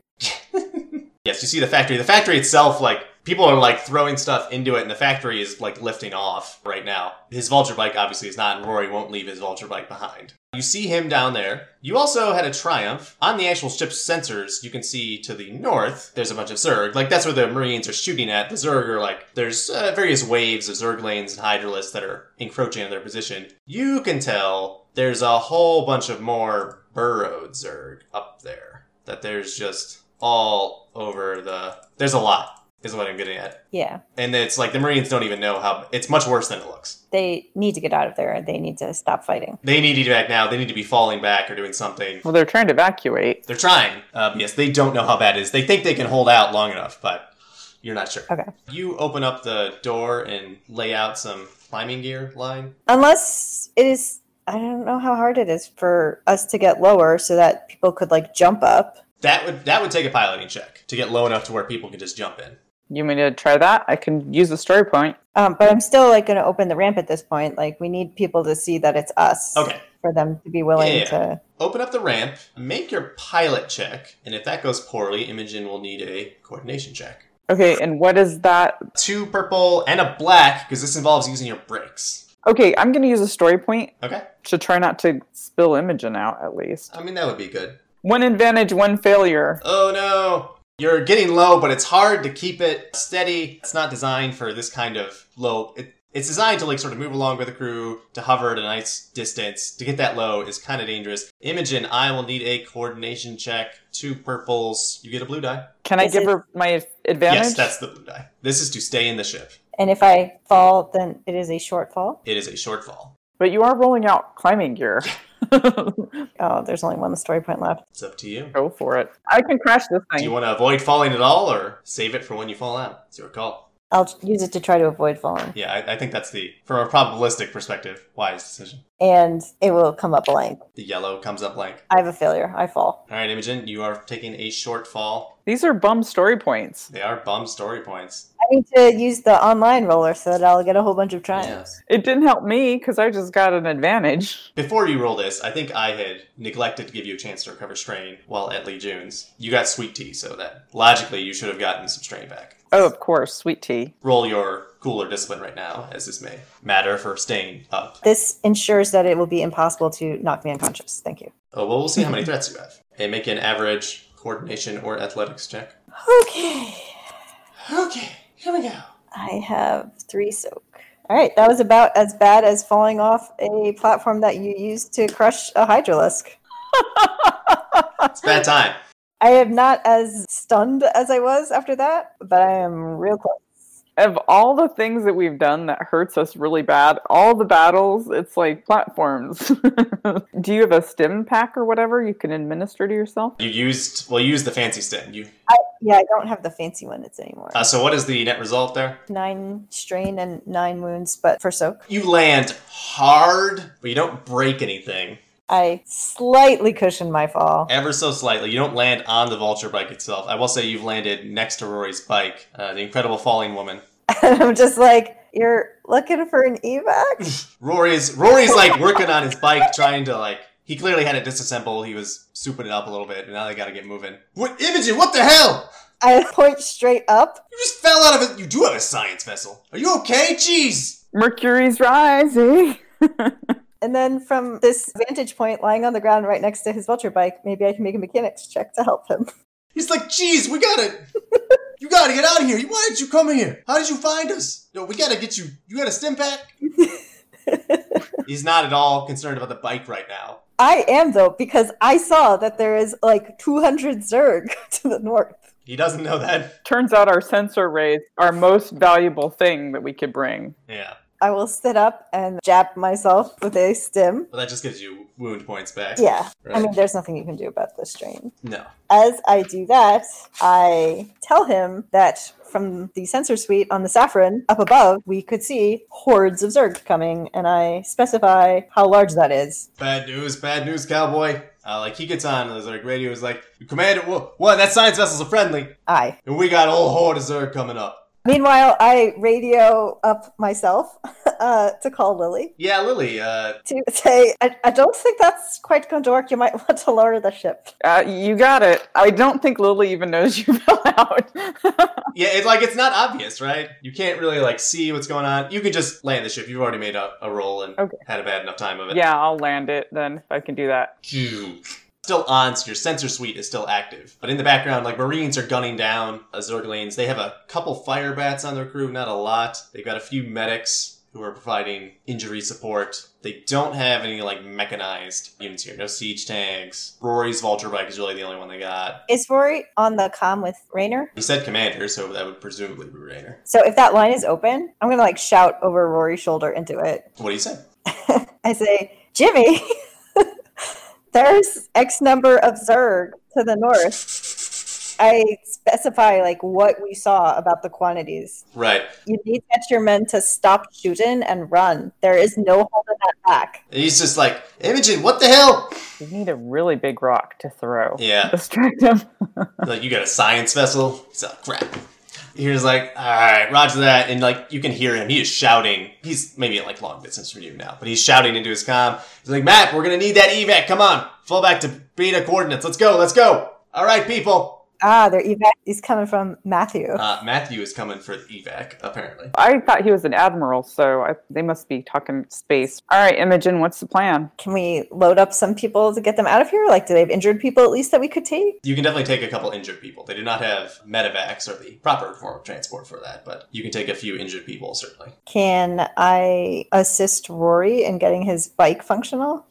[SPEAKER 2] Yes, you see the factory. The factory itself, like people are like throwing stuff into it, and the factory is like lifting off right now. His vulture bike obviously is not, and Rory won't leave his vulture bike behind. You see him down there. You also had a triumph on the actual ship's sensors. You can see to the north. There's a bunch of zerg. Like that's where the marines are shooting at. The zerg are like there's uh, various waves of zerg lanes and hydralisks that are encroaching on their position. You can tell there's a whole bunch of more burrowed zerg up there. That there's just all over the. There's a lot, is what I'm getting at.
[SPEAKER 4] Yeah.
[SPEAKER 2] And it's like the Marines don't even know how. It's much worse than it looks.
[SPEAKER 4] They need to get out of there. They need to stop fighting.
[SPEAKER 2] They need to be back now. They need to be falling back or doing something.
[SPEAKER 3] Well, they're trying to evacuate.
[SPEAKER 2] They're trying. Um, yes, they don't know how bad it is. They think they can hold out long enough, but you're not sure.
[SPEAKER 4] Okay.
[SPEAKER 2] You open up the door and lay out some climbing gear line.
[SPEAKER 4] Unless it is I don't know how hard it is for us to get lower so that people could like jump up.
[SPEAKER 2] That would that would take a piloting check to get low enough to where people can just jump in.
[SPEAKER 3] You want me to try that? I can use a story point.
[SPEAKER 4] Um, but I'm still like gonna open the ramp at this point. Like we need people to see that it's us.
[SPEAKER 2] Okay.
[SPEAKER 4] For them to be willing
[SPEAKER 2] Yeah.
[SPEAKER 4] to
[SPEAKER 2] Open up the ramp, make your pilot check, and if that goes poorly, Imogen will need a coordination check.
[SPEAKER 3] Okay, and what is that?
[SPEAKER 2] two purple and a black because this involves using your brakes.
[SPEAKER 3] Okay, I'm going to use a story point
[SPEAKER 2] Okay,
[SPEAKER 3] to try not to spill Imogen out at least.
[SPEAKER 2] I mean that would be good.
[SPEAKER 3] One advantage, one failure.
[SPEAKER 2] Oh no, you're getting low, but it's hard to keep it steady. It's not designed for this kind of low. It, it's designed to like sort of move along with the crew to hover at a nice distance. To get that low is kind of dangerous. Imogen, I will need a coordination check. Two purples, you get a blue die.
[SPEAKER 3] Can I
[SPEAKER 4] This
[SPEAKER 3] give
[SPEAKER 4] is-
[SPEAKER 3] her my advantage?
[SPEAKER 2] Yes, that's the blue die. This is to stay in the ship.
[SPEAKER 4] and if I fall then it is a shortfall.
[SPEAKER 2] It is a shortfall.
[SPEAKER 3] But you are rolling out climbing gear.
[SPEAKER 4] Oh, there's only one story point left.
[SPEAKER 2] It's up to you.
[SPEAKER 3] Go for it. I can crash this
[SPEAKER 2] Do you
[SPEAKER 3] thing.
[SPEAKER 2] want to avoid falling at all, or save it for when you fall out? It's your call.
[SPEAKER 4] I'll use it to try to avoid falling.
[SPEAKER 2] Yeah, I, I think that's the, from a probabilistic perspective, wise decision.
[SPEAKER 4] And it will come up blank.
[SPEAKER 2] The yellow comes up blank.
[SPEAKER 4] I have a failure. I fall.
[SPEAKER 2] All right, Imogen, you are taking a short fall.
[SPEAKER 3] These are bum story points.
[SPEAKER 2] They are bum story points.
[SPEAKER 4] I need to use the online roller so that I'll get a whole bunch of triumphs.
[SPEAKER 3] It didn't help me because I just got an advantage.
[SPEAKER 2] Before you roll this, I think I had neglected to give you a chance to recover strain while at Lee June's. You got sweet tea, so that logically you should have gotten some strain back.
[SPEAKER 3] Oh, of course, sweet tea.
[SPEAKER 2] Roll your cooler discipline right now, as this may matter for staying up.
[SPEAKER 4] This ensures that it will be impossible to knock me unconscious. Thank you.
[SPEAKER 2] Oh, well, we'll see how many threats you have. And make an average coordination or athletics check.
[SPEAKER 4] Okay.
[SPEAKER 2] Okay, here we go.
[SPEAKER 4] I have three soak. All right. That was about as bad as falling off a platform that you used to crush a hydralisk.
[SPEAKER 2] It's bad time.
[SPEAKER 4] I am not as stunned as I was after that, but I am real close.
[SPEAKER 3] Of all the things that we've done that hurts us really bad, all the battles, it's like platforms. Do you have a stim pack or whatever you can administer to yourself?
[SPEAKER 2] You used well, you used the fancy stem. You
[SPEAKER 4] Yeah, I don't have the fancy one. It's anymore.
[SPEAKER 2] uh, so what is the net result there?
[SPEAKER 4] nine strain and nine wounds, but for soak,
[SPEAKER 2] You land hard, but you don't break anything.
[SPEAKER 4] I
[SPEAKER 5] Slightly cushion my fall.
[SPEAKER 2] Ever so slightly. You don't land on the vulture bike itself. I will say you've landed next to Rory's bike, uh, the incredible falling woman.
[SPEAKER 4] I'm just like, you're looking for an evac?
[SPEAKER 2] Rory's Rory's like working on his bike, trying to like. He clearly had it disassembled. He was souping it up a little bit, and now they got to get moving. What, Imogen? What the hell?
[SPEAKER 4] I point straight up.
[SPEAKER 2] You just fell out of it. You do have a science vessel. Are you okay? Jeez.
[SPEAKER 3] Mercury's rising.
[SPEAKER 4] And then from this vantage point, lying on the ground right next to his vulture bike, maybe I can make a mechanics check to help him.
[SPEAKER 2] He's like, jeez, we gotta, you gotta get out of here. Why did you come here? How did you find us? No, we gotta get you. You got a stim pack. He's not at all concerned about the bike right now.
[SPEAKER 4] I am, though, because I saw that there is like 200 Zerg to the north.
[SPEAKER 2] He doesn't know that.
[SPEAKER 3] Turns out our sensor rays are most valuable thing that we could bring.
[SPEAKER 2] Yeah,
[SPEAKER 4] I will sit up and jab myself with a stim.
[SPEAKER 2] but that just gives you wound points back.
[SPEAKER 4] Yeah, I
[SPEAKER 2] Right.
[SPEAKER 4] mean, there's nothing you can do about the strain.
[SPEAKER 2] No.
[SPEAKER 4] As I do that, I tell him that from the sensor suite on the Saffron up above, we could see hordes of Zerg coming, and I specify how large that is.
[SPEAKER 2] Bad news, bad news, cowboy. Uh, like he gets on the Zerg radio, is like, Commander, wha- what? That science vessel's a friendly,
[SPEAKER 4] I.
[SPEAKER 2] and we got old horde of Zerg coming up.
[SPEAKER 4] Meanwhile, I radio up myself uh, to call Lily
[SPEAKER 2] Yeah, Lily. Uh,
[SPEAKER 4] to say, I, I don't think that's quite going to work. You might want to lower the ship.
[SPEAKER 3] Uh, you got it. I don't think Lily even knows you fell out.
[SPEAKER 2] yeah, it's like it's not obvious, right? You can't really like see what's going on. You can just land the ship. You've already made a, a roll and
[SPEAKER 3] Okay.
[SPEAKER 2] had a bad enough time of it.
[SPEAKER 3] yeah, I'll land it then if I can do that.
[SPEAKER 2] Still on, so your sensor suite is still active. But in the background, like Marines are gunning down uh, Zerglings. They have a couple fire bats on their crew, not a lot. They've got a few medics who are providing injury support. They don't have any like mechanized units here. No siege tanks. Rory's vulture bike is really the only one they got.
[SPEAKER 4] Is Rory on the comm with Rainer?
[SPEAKER 2] He said commander, so that would presumably be Rainer.
[SPEAKER 4] So if that line is open, I'm going to like shout over Rory's shoulder into it.
[SPEAKER 2] What do you say?
[SPEAKER 4] I say, Jimmy, there's X number of Zerg to the north. I specify like what we saw about the quantities.
[SPEAKER 2] Right.
[SPEAKER 4] You need to get your men to stop shooting and run. There is no holding that back.
[SPEAKER 2] And he's just like, Imogen, what the hell?
[SPEAKER 3] You need a really big rock to throw.
[SPEAKER 2] Yeah.
[SPEAKER 3] Distract him.
[SPEAKER 2] like you got a science vessel it's a crap he's like all right roger that and like you can hear him he is shouting he's maybe at like long distance from you now but he's shouting into his comm he's like map we're gonna need that evac come on fall back to beta coordinates let's go let's go all right people
[SPEAKER 4] Ah, their evac is coming from Matthew.
[SPEAKER 2] uh, matthew is coming for the evac apparently
[SPEAKER 3] I thought he was an admiral, so I, they must be talking space. All right, Imogen, what's the plan?
[SPEAKER 4] Can we load up some people to get them out of here? Like, do they have injured people at least that we could take?
[SPEAKER 2] you can definitely take a couple injured people they do not have medevacs or the proper form of transport for that but you can take a few injured people certainly
[SPEAKER 4] Can I assist Rory in getting his bike functional?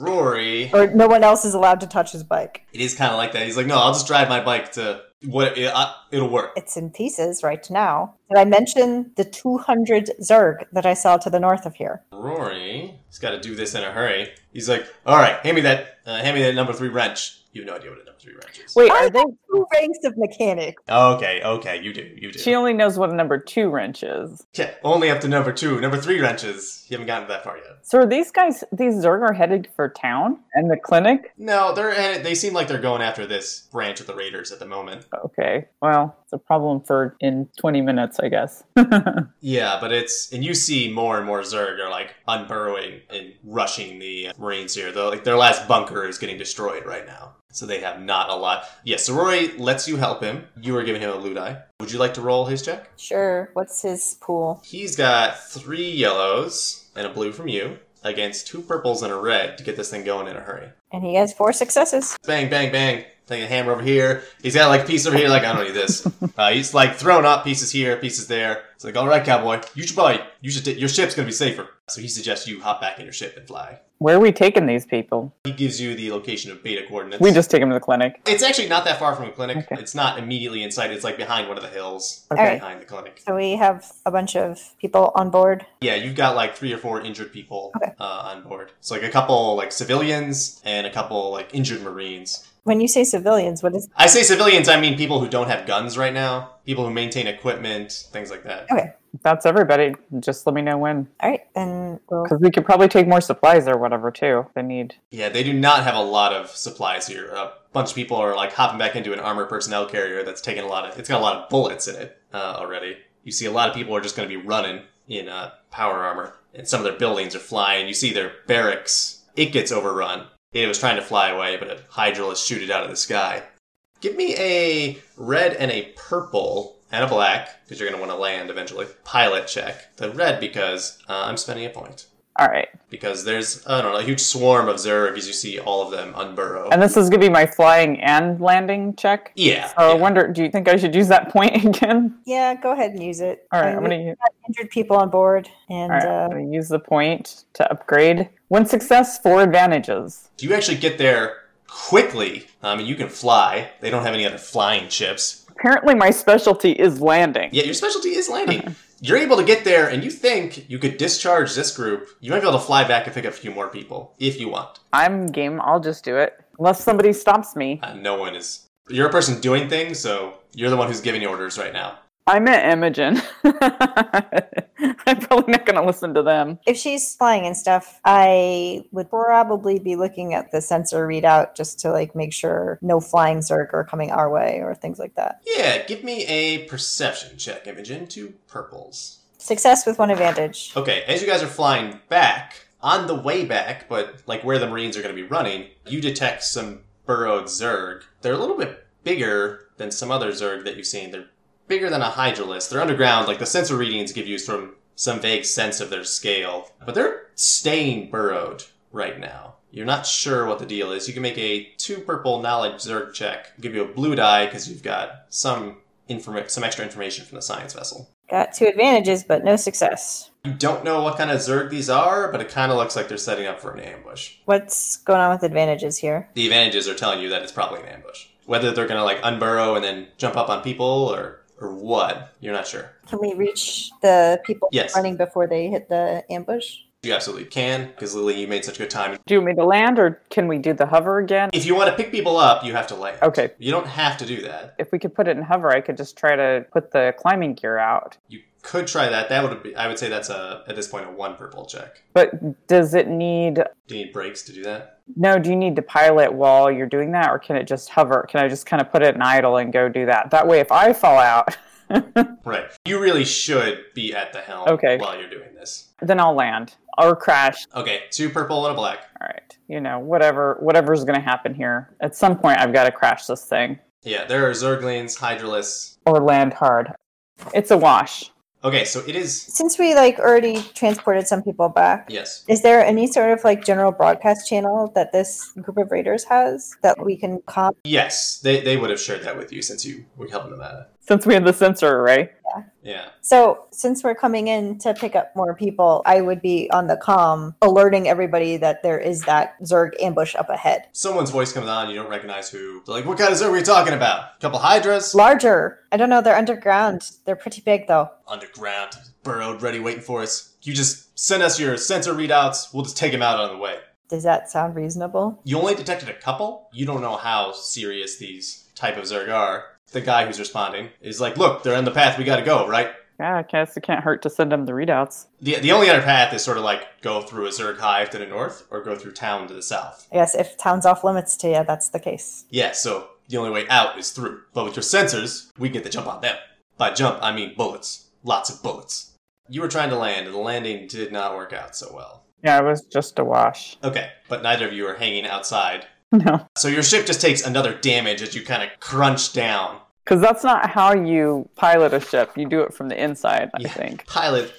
[SPEAKER 2] rory
[SPEAKER 4] Or no one else is allowed to touch his bike.
[SPEAKER 2] it is kind of like that he's like no i'll just drive my bike to what it, I, it'll work
[SPEAKER 4] it's in pieces right now. Did I mention the 200 Zerg that I saw to the north of here?
[SPEAKER 2] Rory, he's got to do this in a hurry. He's like, "All right, hand me that, uh, hand me that number three wrench." You have no idea what a number three wrench is.
[SPEAKER 3] Wait,
[SPEAKER 4] I
[SPEAKER 3] are they?
[SPEAKER 4] have two ranks of mechanic.
[SPEAKER 2] Okay, okay, you do, you do.
[SPEAKER 3] She only knows what a number two wrench is.
[SPEAKER 2] Okay, only up to number two. Number three wrenches. You haven't gotten that far yet.
[SPEAKER 3] So are these guys, these Zerg are headed for town and the clinic?
[SPEAKER 2] No, they're at it- they seem like they're going after this branch of the Raiders at the moment.
[SPEAKER 3] Okay, well, it's a problem for in 20 minutes, I guess.
[SPEAKER 2] Yeah, but it's and you see more and more Zerg are like unburrowing and rushing the uh, Marines here. Though like their last bunker is getting destroyed right now, so they have not a lot. Yes, yeah, so Rory lets you help him. You are giving him a loot eye. Would you like to roll his check?
[SPEAKER 4] Sure. What's his pool?
[SPEAKER 2] He's got three yellows and a blue from you against two purples and a red to get this thing going in a hurry.
[SPEAKER 4] And he has four successes.
[SPEAKER 2] Bang, bang, bang. Taking a hammer over here. He's got like a piece over here. Like I don't need this. Uh, he's like throwing up pieces here, pieces there. It's like, all right, cowboy, you should probably you should your ship's gonna be safer. So he suggests you hop back in your ship and fly.
[SPEAKER 3] Where are we taking these people?
[SPEAKER 2] He gives you the location of beta coordinates.
[SPEAKER 3] We just take them to the clinic.
[SPEAKER 2] It's actually not that far from a clinic.
[SPEAKER 3] Okay.
[SPEAKER 2] It's not immediately inside. It's like behind one of the hills,
[SPEAKER 3] Okay.
[SPEAKER 6] Alright.
[SPEAKER 2] behind the clinic.
[SPEAKER 4] So we have a bunch of people on board.
[SPEAKER 2] Yeah, you've got like three or four injured people
[SPEAKER 4] Okay.
[SPEAKER 2] uh, on board. So like a couple like civilians and a couple like injured marines.
[SPEAKER 4] When you say civilians, what is
[SPEAKER 2] I say civilians, I mean people who don't have guns right now, people who maintain equipment, things like that.
[SPEAKER 3] If that's everybody. Just let me know when.
[SPEAKER 4] all right? Then we'll
[SPEAKER 3] Because we could probably take more supplies or whatever too. if They need.
[SPEAKER 2] Yeah, they do not have a lot of supplies here. A bunch of people are like hopping back into an armored personnel carrier that's taking a lot of. It's got a lot of bullets in it uh, already. You see, a lot of people are just going to be running in uh, power armor, and some of their buildings are flying. You see their barracks. It gets overrun. It was trying to fly away, but a hydralis shoot it out of the sky. Give me a red and a purple and a black because you're going to want to land eventually. Pilot check the red because uh, I'm spending a point
[SPEAKER 3] All right.
[SPEAKER 2] because there's I don't know a huge swarm of Zerg as you see all of them unburrow.
[SPEAKER 3] And this is gonna be my flying and landing check.
[SPEAKER 2] yeah,
[SPEAKER 3] So I
[SPEAKER 2] yeah.
[SPEAKER 3] wonder. Do you think I should use that point again?
[SPEAKER 4] yeah, go ahead and use it.
[SPEAKER 3] All right.
[SPEAKER 4] And
[SPEAKER 3] I'm
[SPEAKER 4] we
[SPEAKER 3] gonna. u-
[SPEAKER 4] have injured people on board, and
[SPEAKER 3] All right.
[SPEAKER 4] uh,
[SPEAKER 3] I'm gonna use the point to upgrade. One success, four advantages.
[SPEAKER 2] you actually get there quickly. I mean, you can fly. They don't have any other flying ships.
[SPEAKER 3] Apparently, my specialty is landing.
[SPEAKER 2] Yet your specialty is landing. You're able to get there, and you think you could discharge this group. You might be able to fly back and pick up a few more people if you want.
[SPEAKER 3] I'm game. I'll just do it. Unless somebody stops me.
[SPEAKER 2] Uh, no one is. You're a person doing things, so you're the one who's giving orders right now.
[SPEAKER 3] I'm at Imogen. I'm probably not going to listen to them.
[SPEAKER 4] if she's flying and stuff, I would probably be looking at the sensor readout just to like make sure no flying Zerg are coming our way or things like that.
[SPEAKER 2] Yeah, give me a perception check, Imogen, to purples.
[SPEAKER 4] Success with one advantage.
[SPEAKER 2] Okay, as you guys are flying back, on the way back, but like where the Marines are going to be running, you detect some burrowed Zerg. They're a little bit bigger than some other Zerg that you've seen. They're bigger than a Hydralis. They're underground. Like the sensor readings give you from some vague sense of their scale, but they're staying burrowed right now. You're not sure what the deal is. You can make a two purple knowledge Zerg check. Give you a blue die because you've got some informa- some extra information from the science vessel.
[SPEAKER 4] Got two advantages, but no success.
[SPEAKER 2] You don't know what kind of Zerg these are, but it kind of looks like they're setting up for an ambush.
[SPEAKER 4] What's going on with advantages here?
[SPEAKER 2] The advantages are telling you that it's probably an ambush. Whether they're going to like unburrow and then jump up on people or or what, you're not sure.
[SPEAKER 4] Can we reach the people
[SPEAKER 2] Yes.
[SPEAKER 4] running before they hit the ambush?
[SPEAKER 2] You absolutely can because Lily, you made such good time.
[SPEAKER 3] Do you want me to land or can we do the hover again?
[SPEAKER 2] If you want to pick people up, you have to land.
[SPEAKER 3] Okay.
[SPEAKER 2] You don't have to do that.
[SPEAKER 3] If we could put it in hover, I could just try to put the climbing gear out.
[SPEAKER 2] You could try that. That would be. I would say that's a at this point a one purple check.
[SPEAKER 3] But does it need.
[SPEAKER 2] Do you need breaks to do that?
[SPEAKER 3] No, do you need to pilot while you're doing that or can it just hover? Can I just kind of put it in idle and go do that? That way, if I fall out,
[SPEAKER 2] Right. You really should be at the helm
[SPEAKER 3] Okay.
[SPEAKER 2] while you're doing this.
[SPEAKER 3] then I'll land or crash.
[SPEAKER 2] Okay. Two purple and a black.
[SPEAKER 3] All right. You know, whatever whatever's going to happen here. At some point I've got to crash this thing.
[SPEAKER 2] Yeah. There are Zerglings, Hydralis.
[SPEAKER 3] or land hard. It's a wash.
[SPEAKER 2] Okay. So it is
[SPEAKER 4] Since we like already transported some people back,
[SPEAKER 2] Yes.
[SPEAKER 4] is there any sort of like general broadcast channel that this group of raiders has that we can cop?
[SPEAKER 2] Yes. They, they would have shared that with you since you were helping them out.
[SPEAKER 3] Since we had the sensor array,
[SPEAKER 2] Yeah.
[SPEAKER 4] So, since we're coming in to pick up more people, I would be on the comm alerting everybody that there is that Zerg ambush up ahead.
[SPEAKER 2] Someone's voice comes on, you don't recognize who. They're like, what kind of zoo are we talking about? couple hydras?
[SPEAKER 4] Larger. I don't know. They're underground. They're pretty big though.
[SPEAKER 2] Underground, burrowed, ready, waiting for us. You just send us your sensor readouts, we'll just take them out on the way.
[SPEAKER 4] Does that sound reasonable?
[SPEAKER 2] You only detected a couple? You don't know how serious these type of Zerg are. The guy who's responding is like, look, they're on the path we gotta go, right?
[SPEAKER 3] yeah, I guess it can't hurt to send them the readouts.
[SPEAKER 2] The, the only other path is sort of like go through a Zerg hive to the north or go through town to the south.
[SPEAKER 4] I guess if town's off limits to you, that's the case.
[SPEAKER 2] Yeah, so the only way out is through. But with your sensors, we can get the jump on them. By jump, I mean bullets. Lots of bullets. You were trying to land, and the landing did not work out so well.
[SPEAKER 3] Yeah, it was just a wash.
[SPEAKER 2] Okay, but neither of you are hanging outside.
[SPEAKER 3] No.
[SPEAKER 2] So your ship just takes another damage as you kind of crunch down.
[SPEAKER 3] Because that's not how you pilot a ship. You do it from the inside, I
[SPEAKER 2] Yeah.
[SPEAKER 3] think.
[SPEAKER 2] Pilot,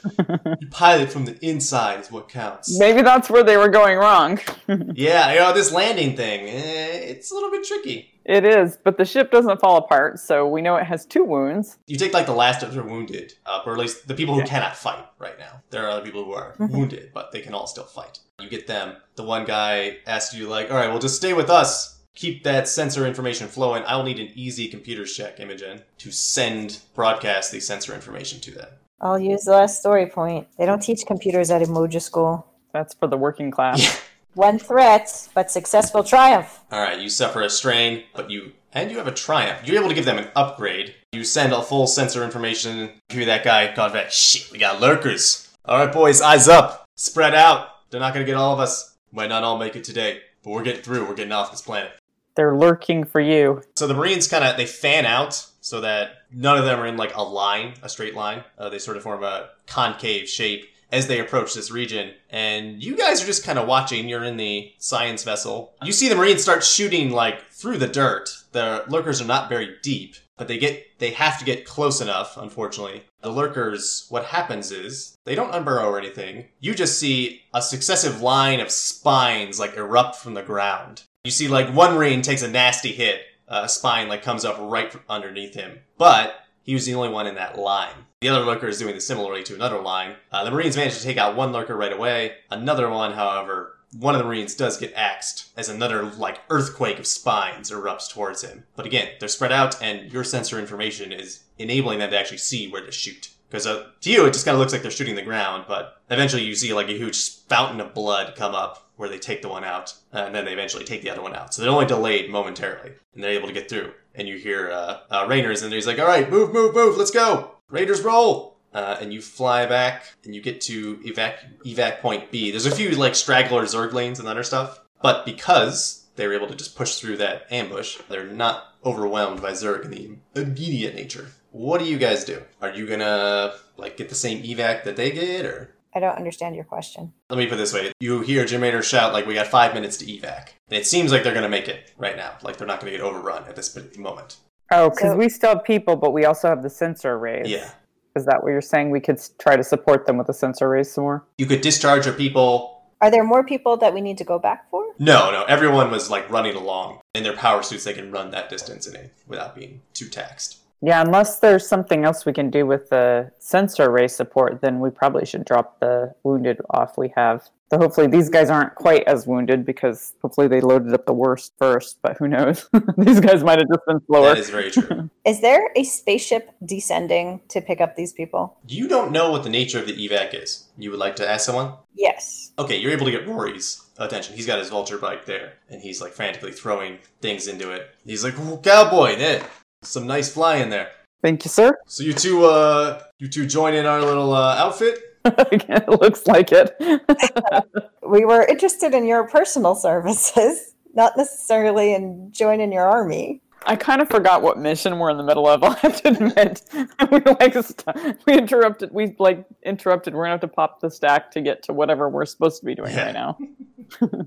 [SPEAKER 2] you pilot from the inside is what counts.
[SPEAKER 3] Maybe that's where they were going wrong.
[SPEAKER 2] Yeah, you know this landing thing. eh, It's a little bit tricky.
[SPEAKER 3] It is, but the ship doesn't fall apart, so we know it has two wounds.
[SPEAKER 2] You take like the last of the wounded, uh, or at least the people who
[SPEAKER 3] Yeah.
[SPEAKER 2] cannot fight right now. There are other people who are
[SPEAKER 3] Mhm.
[SPEAKER 2] wounded, but they can all still fight. You get them. The one guy asks you like, "All right, well, just stay with us. Keep that sensor information flowing. I will need an easy computer check, Imogen, to send broadcast the sensor information to them."
[SPEAKER 4] I'll use the last story point. They don't teach computers at Emoji School.
[SPEAKER 3] That's for the working class.
[SPEAKER 4] One threat, but successful triumph.
[SPEAKER 2] All right, you suffer a strain, but you and you have a triumph. You're able to give them an upgrade. You send a full sensor information. You hear that guy called back. Shit, we got lurkers. All right, boys, eyes up, spread out. They're not gonna get all of us. Might not all make it today, but we're getting through. We're getting off this planet.
[SPEAKER 3] They're lurking for you.
[SPEAKER 2] So the Marines kind of they fan out so that none of them are in like a line, a straight line. Uh, they sort of form a concave shape as they approach this region. And you guys are just kind of watching. You're in the science vessel. You see the Marines start shooting like through the dirt. The lurkers are not very deep, but they get they have to get close enough. Unfortunately, the lurkers. What happens is they don't unburrow or anything. You just see a successive line of spines like erupt from the ground. You see like one Marine takes a nasty hit uh, a spine like comes up right from underneath him. But he was the only one in that line. The other lurker is doing this similarly to another line. Uh, the Marines managed to take out one lurker right away. Another one, however, one of the Marines does get axed as another like earthquake of spines erupts towards him. But again, they're spread out, and your sensor information is enabling them to actually see where to shoot. Because uh, to you, it just kind of looks like they're shooting the ground, but eventually you see like a huge fountain of blood come up where they take the one out, uh, and then they eventually take the other one out. So they're only delayed momentarily, and they're able to get through. And you hear uh, uh, Rainer's, and he's like, "All right, move, move, move, let's go, Raiders, roll!" Uh, and you fly back, and you get to evac evac point B. There's a few like straggler zerglings and other stuff, but because they were able to just push through that ambush, they're not overwhelmed by Zerg in the immediate nature. What do you guys do? Are you gonna like get the same evac that they get, or
[SPEAKER 4] I don't understand your question.
[SPEAKER 2] let me put it this way. You hear Jim Raynor shout, like, we got five minutes to evac. And it seems like they're going to make it right now. Like, they're not going to get overrun at this p- moment.
[SPEAKER 3] Oh, because
[SPEAKER 4] So-
[SPEAKER 3] we still have people, but we also have the sensor rays.
[SPEAKER 2] Yeah.
[SPEAKER 3] Is that what you're saying? We could s- try to support them with the sensor rays some more?
[SPEAKER 2] You could discharge your people.
[SPEAKER 4] Are there more people that we need to go back for?
[SPEAKER 2] No, no. Everyone was, like, running along. In their power suits, they can run that distance in it without being too taxed.
[SPEAKER 3] Yeah, unless there's something else we can do with the sensor ray support, then we probably should drop the wounded off we have. So hopefully these guys aren't quite as wounded because hopefully they loaded up the worst first, but who knows? these guys might have just been slower.
[SPEAKER 2] That is very true.
[SPEAKER 4] Is there a spaceship descending to pick up these people?
[SPEAKER 2] you don't know what the nature of the evac is. You would like to ask someone?
[SPEAKER 4] Yes.
[SPEAKER 2] Okay, you're able to get Rory's attention. He's got his vulture bike there, and he's like frantically throwing things into it. He's like, "Ooh, cowboy, eh? Some nice flying there.
[SPEAKER 3] Thank you, sir.
[SPEAKER 2] So you two, uh, you two join in our little uh, outfit.
[SPEAKER 3] it looks like it.
[SPEAKER 4] We were interested in your personal services, not necessarily in joining your army.
[SPEAKER 3] I kind of forgot what mission we're in the middle of. I have to admit, we like st- we interrupted. We like interrupted. We're gonna have to pop the stack to get to whatever we're supposed to be doing
[SPEAKER 2] Yeah.
[SPEAKER 3] right now.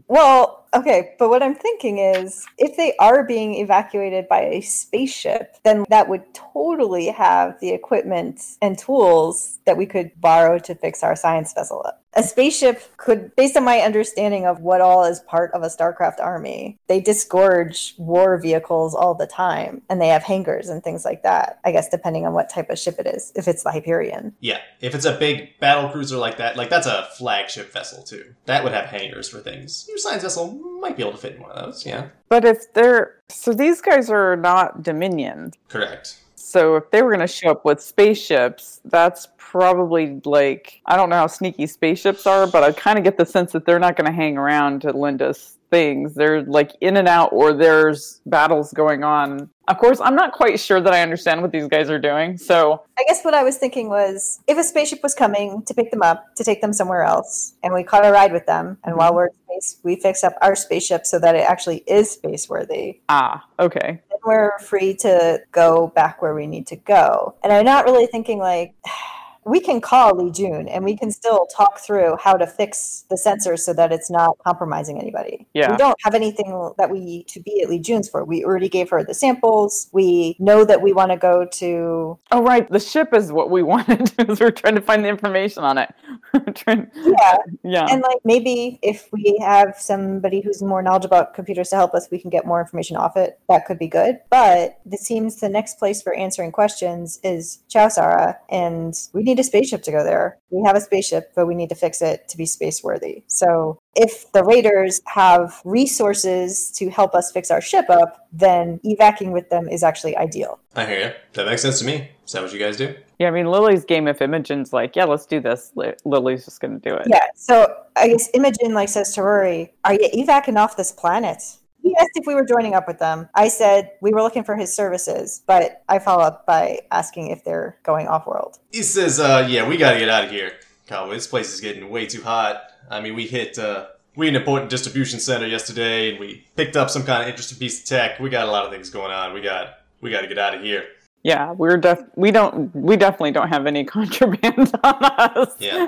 [SPEAKER 4] Well, okay, but what I'm thinking is if they are being evacuated by a spaceship, then that would totally have the equipment and tools that we could borrow to fix our science vessel up. A spaceship could, based on my understanding of what all is part of a StarCraft army, they disgorge war vehicles all the time and they have hangars and things like that. I guess depending on what type of ship it is, if it's the Hyperion.
[SPEAKER 2] Yeah, if it's a big battle cruiser like that, like that's a flagship vessel too. That would have hangars for things. Your science vessel might be able to fit in one of those. Yeah,
[SPEAKER 3] But if they're so, these guys are not Dominion.
[SPEAKER 2] correct.
[SPEAKER 3] So if they were gonna show up with spaceships, that's probably like I don't know how sneaky spaceships are, but I kind of get the sense that they're not gonna hang around to lend us things. They're like in and out, or there's battles going on. Of course, I'm not quite sure that I understand what these guys are doing. So
[SPEAKER 4] I guess what I was thinking was if a spaceship was coming to pick them up, to take them somewhere else, and we caught a ride with them, and while we're in space, we fix up our spaceship so that it actually is space worthy,
[SPEAKER 3] ah, okay.
[SPEAKER 4] then we're free to go back where we need to go. And I'm not really thinking like we can call Lee June and we can still talk through how to fix the sensor so that it's not compromising anybody.
[SPEAKER 3] Yeah.
[SPEAKER 4] We don't have anything that we to be at Lee June's for. We already gave her the samples. We know that we want to go to
[SPEAKER 3] Oh, right. The ship is what we wanted. is we're trying to find the information on it. We're trying-
[SPEAKER 4] Yeah.
[SPEAKER 3] yeah.
[SPEAKER 4] And like maybe if we have somebody who's more knowledgeable about computers to help us, we can get more information off it. That could be good. But it seems the next place for answering questions is Chowsara, and we need a spaceship to go there. We have a spaceship, but we need to fix it to be space worthy. So if the raiders have resources to help us fix our ship up, then evacuating with them is actually ideal.
[SPEAKER 2] I hear you. That makes sense to me. Is that what you guys do?
[SPEAKER 3] yeah. I mean, Lily's game, if Imogen's like, yeah, let's do this, Li- Lily's just going to do it.
[SPEAKER 4] Yeah. So I guess Imogen like says to Rory, "Are you evacing off this planet?" He asked if we were joining up with them. I said we were looking for his services, but I follow up by asking if they're going off world.
[SPEAKER 2] He says, uh, yeah, we gotta get out of here. Cowboy, this place is getting way too hot. I mean, we hit, uh, we an important distribution center yesterday, and we picked up some kind of interesting piece of tech. We got a lot of things going on. We got, we gotta get out of here.
[SPEAKER 3] Yeah, we're def- we don't we definitely don't have any contraband on us.
[SPEAKER 2] Yeah.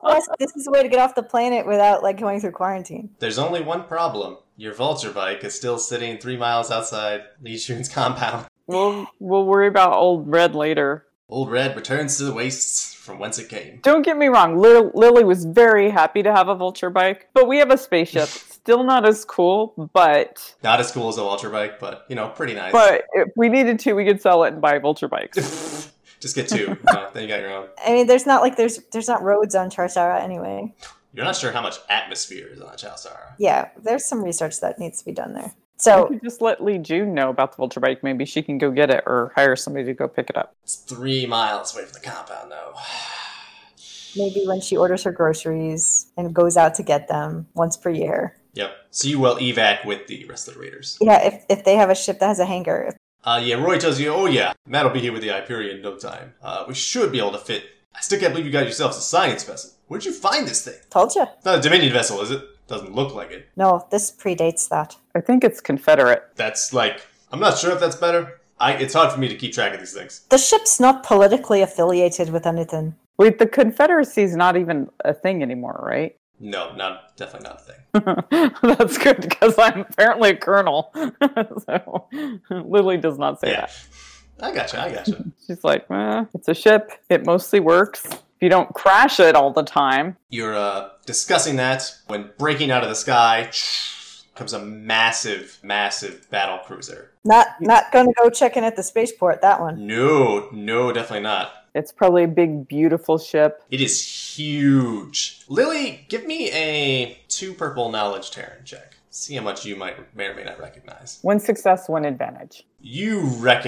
[SPEAKER 4] Plus, this is a way to get off the planet without like going through quarantine.
[SPEAKER 2] There's only one problem. Your vulture bike is still sitting three miles outside Lee Shun's compound.
[SPEAKER 3] We'll we'll worry about old red later.
[SPEAKER 2] Old Red returns to the wastes from whence it came.
[SPEAKER 3] Don't get me wrong, Li- Lily was very happy to have a vulture bike, but we have a spaceship. Still not as cool, but
[SPEAKER 2] Not as cool as a vulture bike, but, you know, pretty nice.
[SPEAKER 3] but if we needed to, we could sell it and buy vulture bikes.
[SPEAKER 2] Just get two. you know, then you got your own.
[SPEAKER 4] I mean, there's not like there's there's not roads on Charsara anyway.
[SPEAKER 2] You're not sure how much atmosphere is on Chowsara.
[SPEAKER 4] Yeah, there's some research that needs to be done there.
[SPEAKER 3] We
[SPEAKER 4] So
[SPEAKER 3] could just let Lee June know about the vulture bike. Maybe she can go get it or hire somebody to go pick it up.
[SPEAKER 2] It's three miles away from the compound, though.
[SPEAKER 4] maybe when she orders her groceries and goes out to get them once per year.
[SPEAKER 2] Yep. So you will evac with the rest of the raiders.
[SPEAKER 4] Yeah, if if they have a ship that has a hangar, if
[SPEAKER 2] Uh, yeah, Roy tells you, oh yeah, Matt will be here with the Hyperion in no time. Uh, we should be able to fit. I still can't believe you got yourselves a science vessel. Where'd you find this thing?
[SPEAKER 4] told you.
[SPEAKER 2] It's not a Dominion vessel, is it? Doesn't look like it.
[SPEAKER 4] No, this predates that.
[SPEAKER 3] I think it's Confederate.
[SPEAKER 2] That's like, I'm not sure if that's better. I, it's hard for me to keep track of these things.
[SPEAKER 4] The ship's not politically affiliated with anything.
[SPEAKER 3] Wait, the Confederacy's not even a thing anymore, right?
[SPEAKER 2] No, not definitely not a thing.
[SPEAKER 3] That's good because I'm apparently a colonel. so Lily does not say
[SPEAKER 2] yeah,
[SPEAKER 3] that.
[SPEAKER 2] I gotcha. I gotcha.
[SPEAKER 3] She's like, eh, it's a ship. It mostly works. If you don't crash it all the time,
[SPEAKER 2] You're uh, discussing that when breaking out of the sky comes a massive, massive battle cruiser.
[SPEAKER 4] Not not going to go check in at the spaceport. That one.
[SPEAKER 2] No, no, definitely not.
[SPEAKER 3] it's probably a big, beautiful ship.
[SPEAKER 2] It is huge. Lily, give me a two purple knowledge Terran check. See how much you might may or may not recognize.
[SPEAKER 3] One success, one advantage.
[SPEAKER 2] You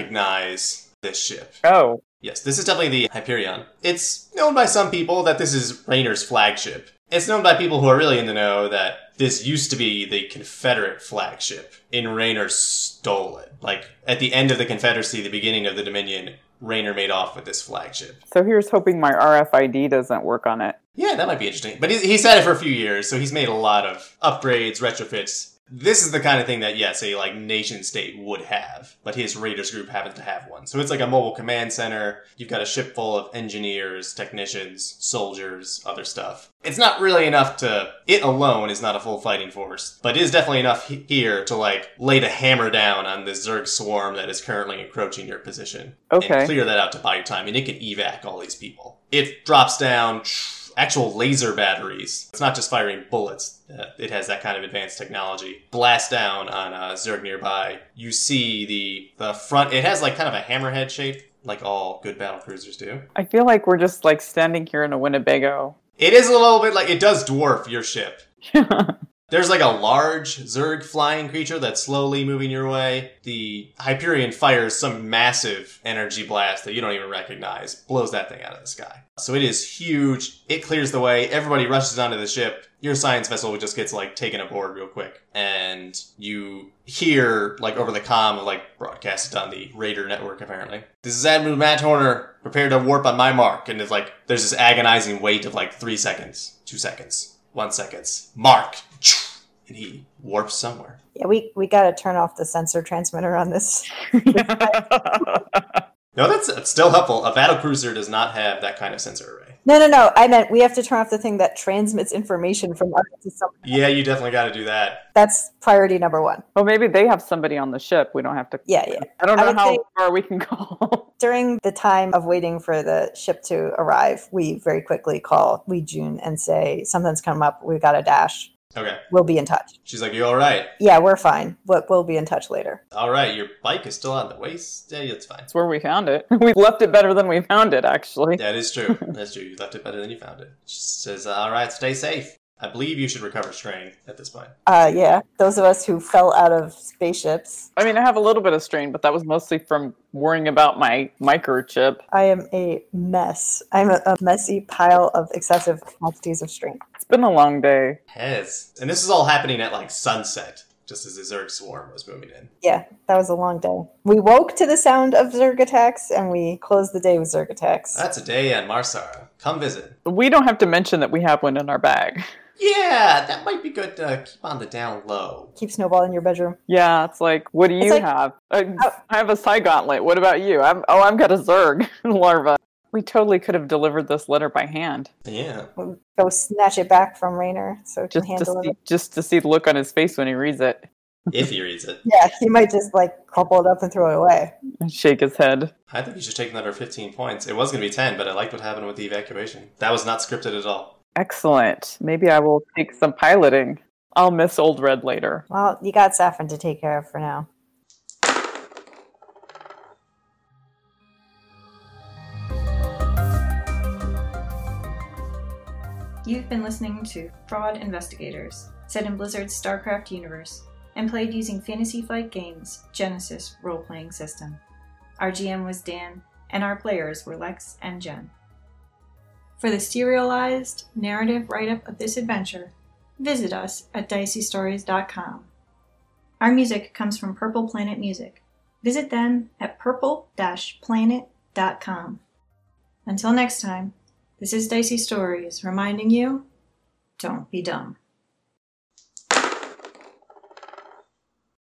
[SPEAKER 2] recognize this ship.
[SPEAKER 3] Oh,
[SPEAKER 2] Yes, this is definitely the Hyperion. It's known by some people that this is Rayner's flagship. It's known by people who are really in the know that this used to be the Confederate flagship, and Rayner stole it. Like, at the end of the Confederacy, the beginning of the Dominion, Rayner made off with this flagship.
[SPEAKER 3] so here's hoping my RFID doesn't work on it.
[SPEAKER 2] Yeah, that might be interesting. But he's, he's had it for a few years, so he's made a lot of upgrades, retrofits. This is the kind of thing that, yes, a like nation state would have, but his Raiders group happens to have one. So it's like a mobile command center. You've got a ship full of engineers, technicians, soldiers, other stuff. It's not really enough to. It alone is not a full fighting force, but it is definitely enough he- here to like lay the hammer down on the Zerg swarm that is currently encroaching your position
[SPEAKER 3] Okay.
[SPEAKER 2] and clear that out to buy you time, and it can evac all these people. It drops down actual laser batteries. It's not just firing bullets. Uh, it has that kind of advanced technology. Blast down on uh, Zerg nearby. You see the the front. It has like kind of a hammerhead shape, like all good battle cruisers do.
[SPEAKER 3] I feel like we're just like standing here in a Winnebago.
[SPEAKER 2] It is a little bit like it does dwarf your ship. There's like a large Zerg flying creature that's slowly moving your way. The Hyperion fires some massive energy blast that you don't even recognize, blows that thing out of the sky. So it is huge. It clears the way. Everybody rushes onto the ship. Your science vessel just gets like taken aboard real quick. And you hear like over the com of like broadcasted on the Raider network apparently. This is Admiral Matt Horner. Prepare to warp on my mark. And it's like there's this agonizing wait of like three seconds, two seconds one seconds. Mark. And he warps somewhere.
[SPEAKER 4] Yeah, we we got to turn off the sensor transmitter on this.
[SPEAKER 2] No, that's, that's still helpful. A battle cruiser does not have that kind of sensor array.
[SPEAKER 4] No, no, no. I meant we have to turn off the thing that transmits information from us to someone.
[SPEAKER 2] Yeah, you definitely got to do that.
[SPEAKER 4] That's priority number one.
[SPEAKER 3] Well, maybe they have somebody on the ship. We don't have to.
[SPEAKER 4] Yeah, yeah.
[SPEAKER 3] I don't
[SPEAKER 4] I
[SPEAKER 3] know
[SPEAKER 4] would
[SPEAKER 3] how
[SPEAKER 4] say-
[SPEAKER 3] far we can call.
[SPEAKER 4] During the time of waiting for the ship to arrive, we very quickly call Wee June and say, Something's come up. We've got a dash.
[SPEAKER 2] Okay.
[SPEAKER 4] We'll be in touch.
[SPEAKER 2] She's like, you all right?
[SPEAKER 4] Yeah, we're fine. We'll, we'll be in touch later.
[SPEAKER 2] All right, your bike is still on the waist. Yeah, it's fine.
[SPEAKER 3] That's where we found it. We left it better than we found it, actually.
[SPEAKER 2] That is true. That's true. You left it better than you found it. She says, all right, stay safe. I believe you should recover strength at this point.
[SPEAKER 4] Uh, yeah, those of us who fell out of spaceships.
[SPEAKER 3] I mean, I have a little bit of strain, but that was mostly from worrying about my microchip.
[SPEAKER 4] I am a mess. I'm a, a messy pile of excessive quantities of string.
[SPEAKER 3] It's been a long day.
[SPEAKER 2] Hez. And this is all happening at like sunset, just as the Zerg swarm was moving in.
[SPEAKER 4] Yeah, that was a long day. We woke to the sound of Zerg attacks and we closed the day with Zerg attacks.
[SPEAKER 2] That's a day on Marsara. Come visit.
[SPEAKER 3] We don't have to mention that we have one in our bag.
[SPEAKER 2] Yeah, that might be good to keep on the down low.
[SPEAKER 4] Keep Snowball in your bedroom.
[SPEAKER 3] Yeah, it's like, what do you
[SPEAKER 4] like-
[SPEAKER 3] have? Uh, I have a Psy Gauntlet. What about you? I'm, oh, I've got a Zerg larva. We totally could have delivered this letter by hand
[SPEAKER 2] Yeah.
[SPEAKER 4] We'll go snatch it back from Rainer so he can
[SPEAKER 3] just to,
[SPEAKER 4] handle
[SPEAKER 3] see,
[SPEAKER 4] it.
[SPEAKER 3] just to see the look on his face when he reads it
[SPEAKER 2] If he reads it.
[SPEAKER 4] Yeah, he might just like crumple it up and throw it away.
[SPEAKER 3] and shake his head.
[SPEAKER 2] I think you should take another 15 points. It was going to be 10, but I liked what happened with the evacuation. That was not scripted at all.
[SPEAKER 3] Excellent. Maybe I will take some piloting. I'll miss Old Red later.
[SPEAKER 4] Well, you got Saffron to take care of for now.
[SPEAKER 1] You've been listening to Fraud Investigators, set in Blizzard's StarCraft universe, and played using Fantasy Flight Games' Genesis role playing system. Our GM was Dan, and our players were Lex and Jen. For the serialized narrative write up of this adventure, visit us at diceystories.com. Our music comes from Purple Planet Music. Visit them at purple planet.com. Until next time, this is Dicey Stories reminding you don't be dumb.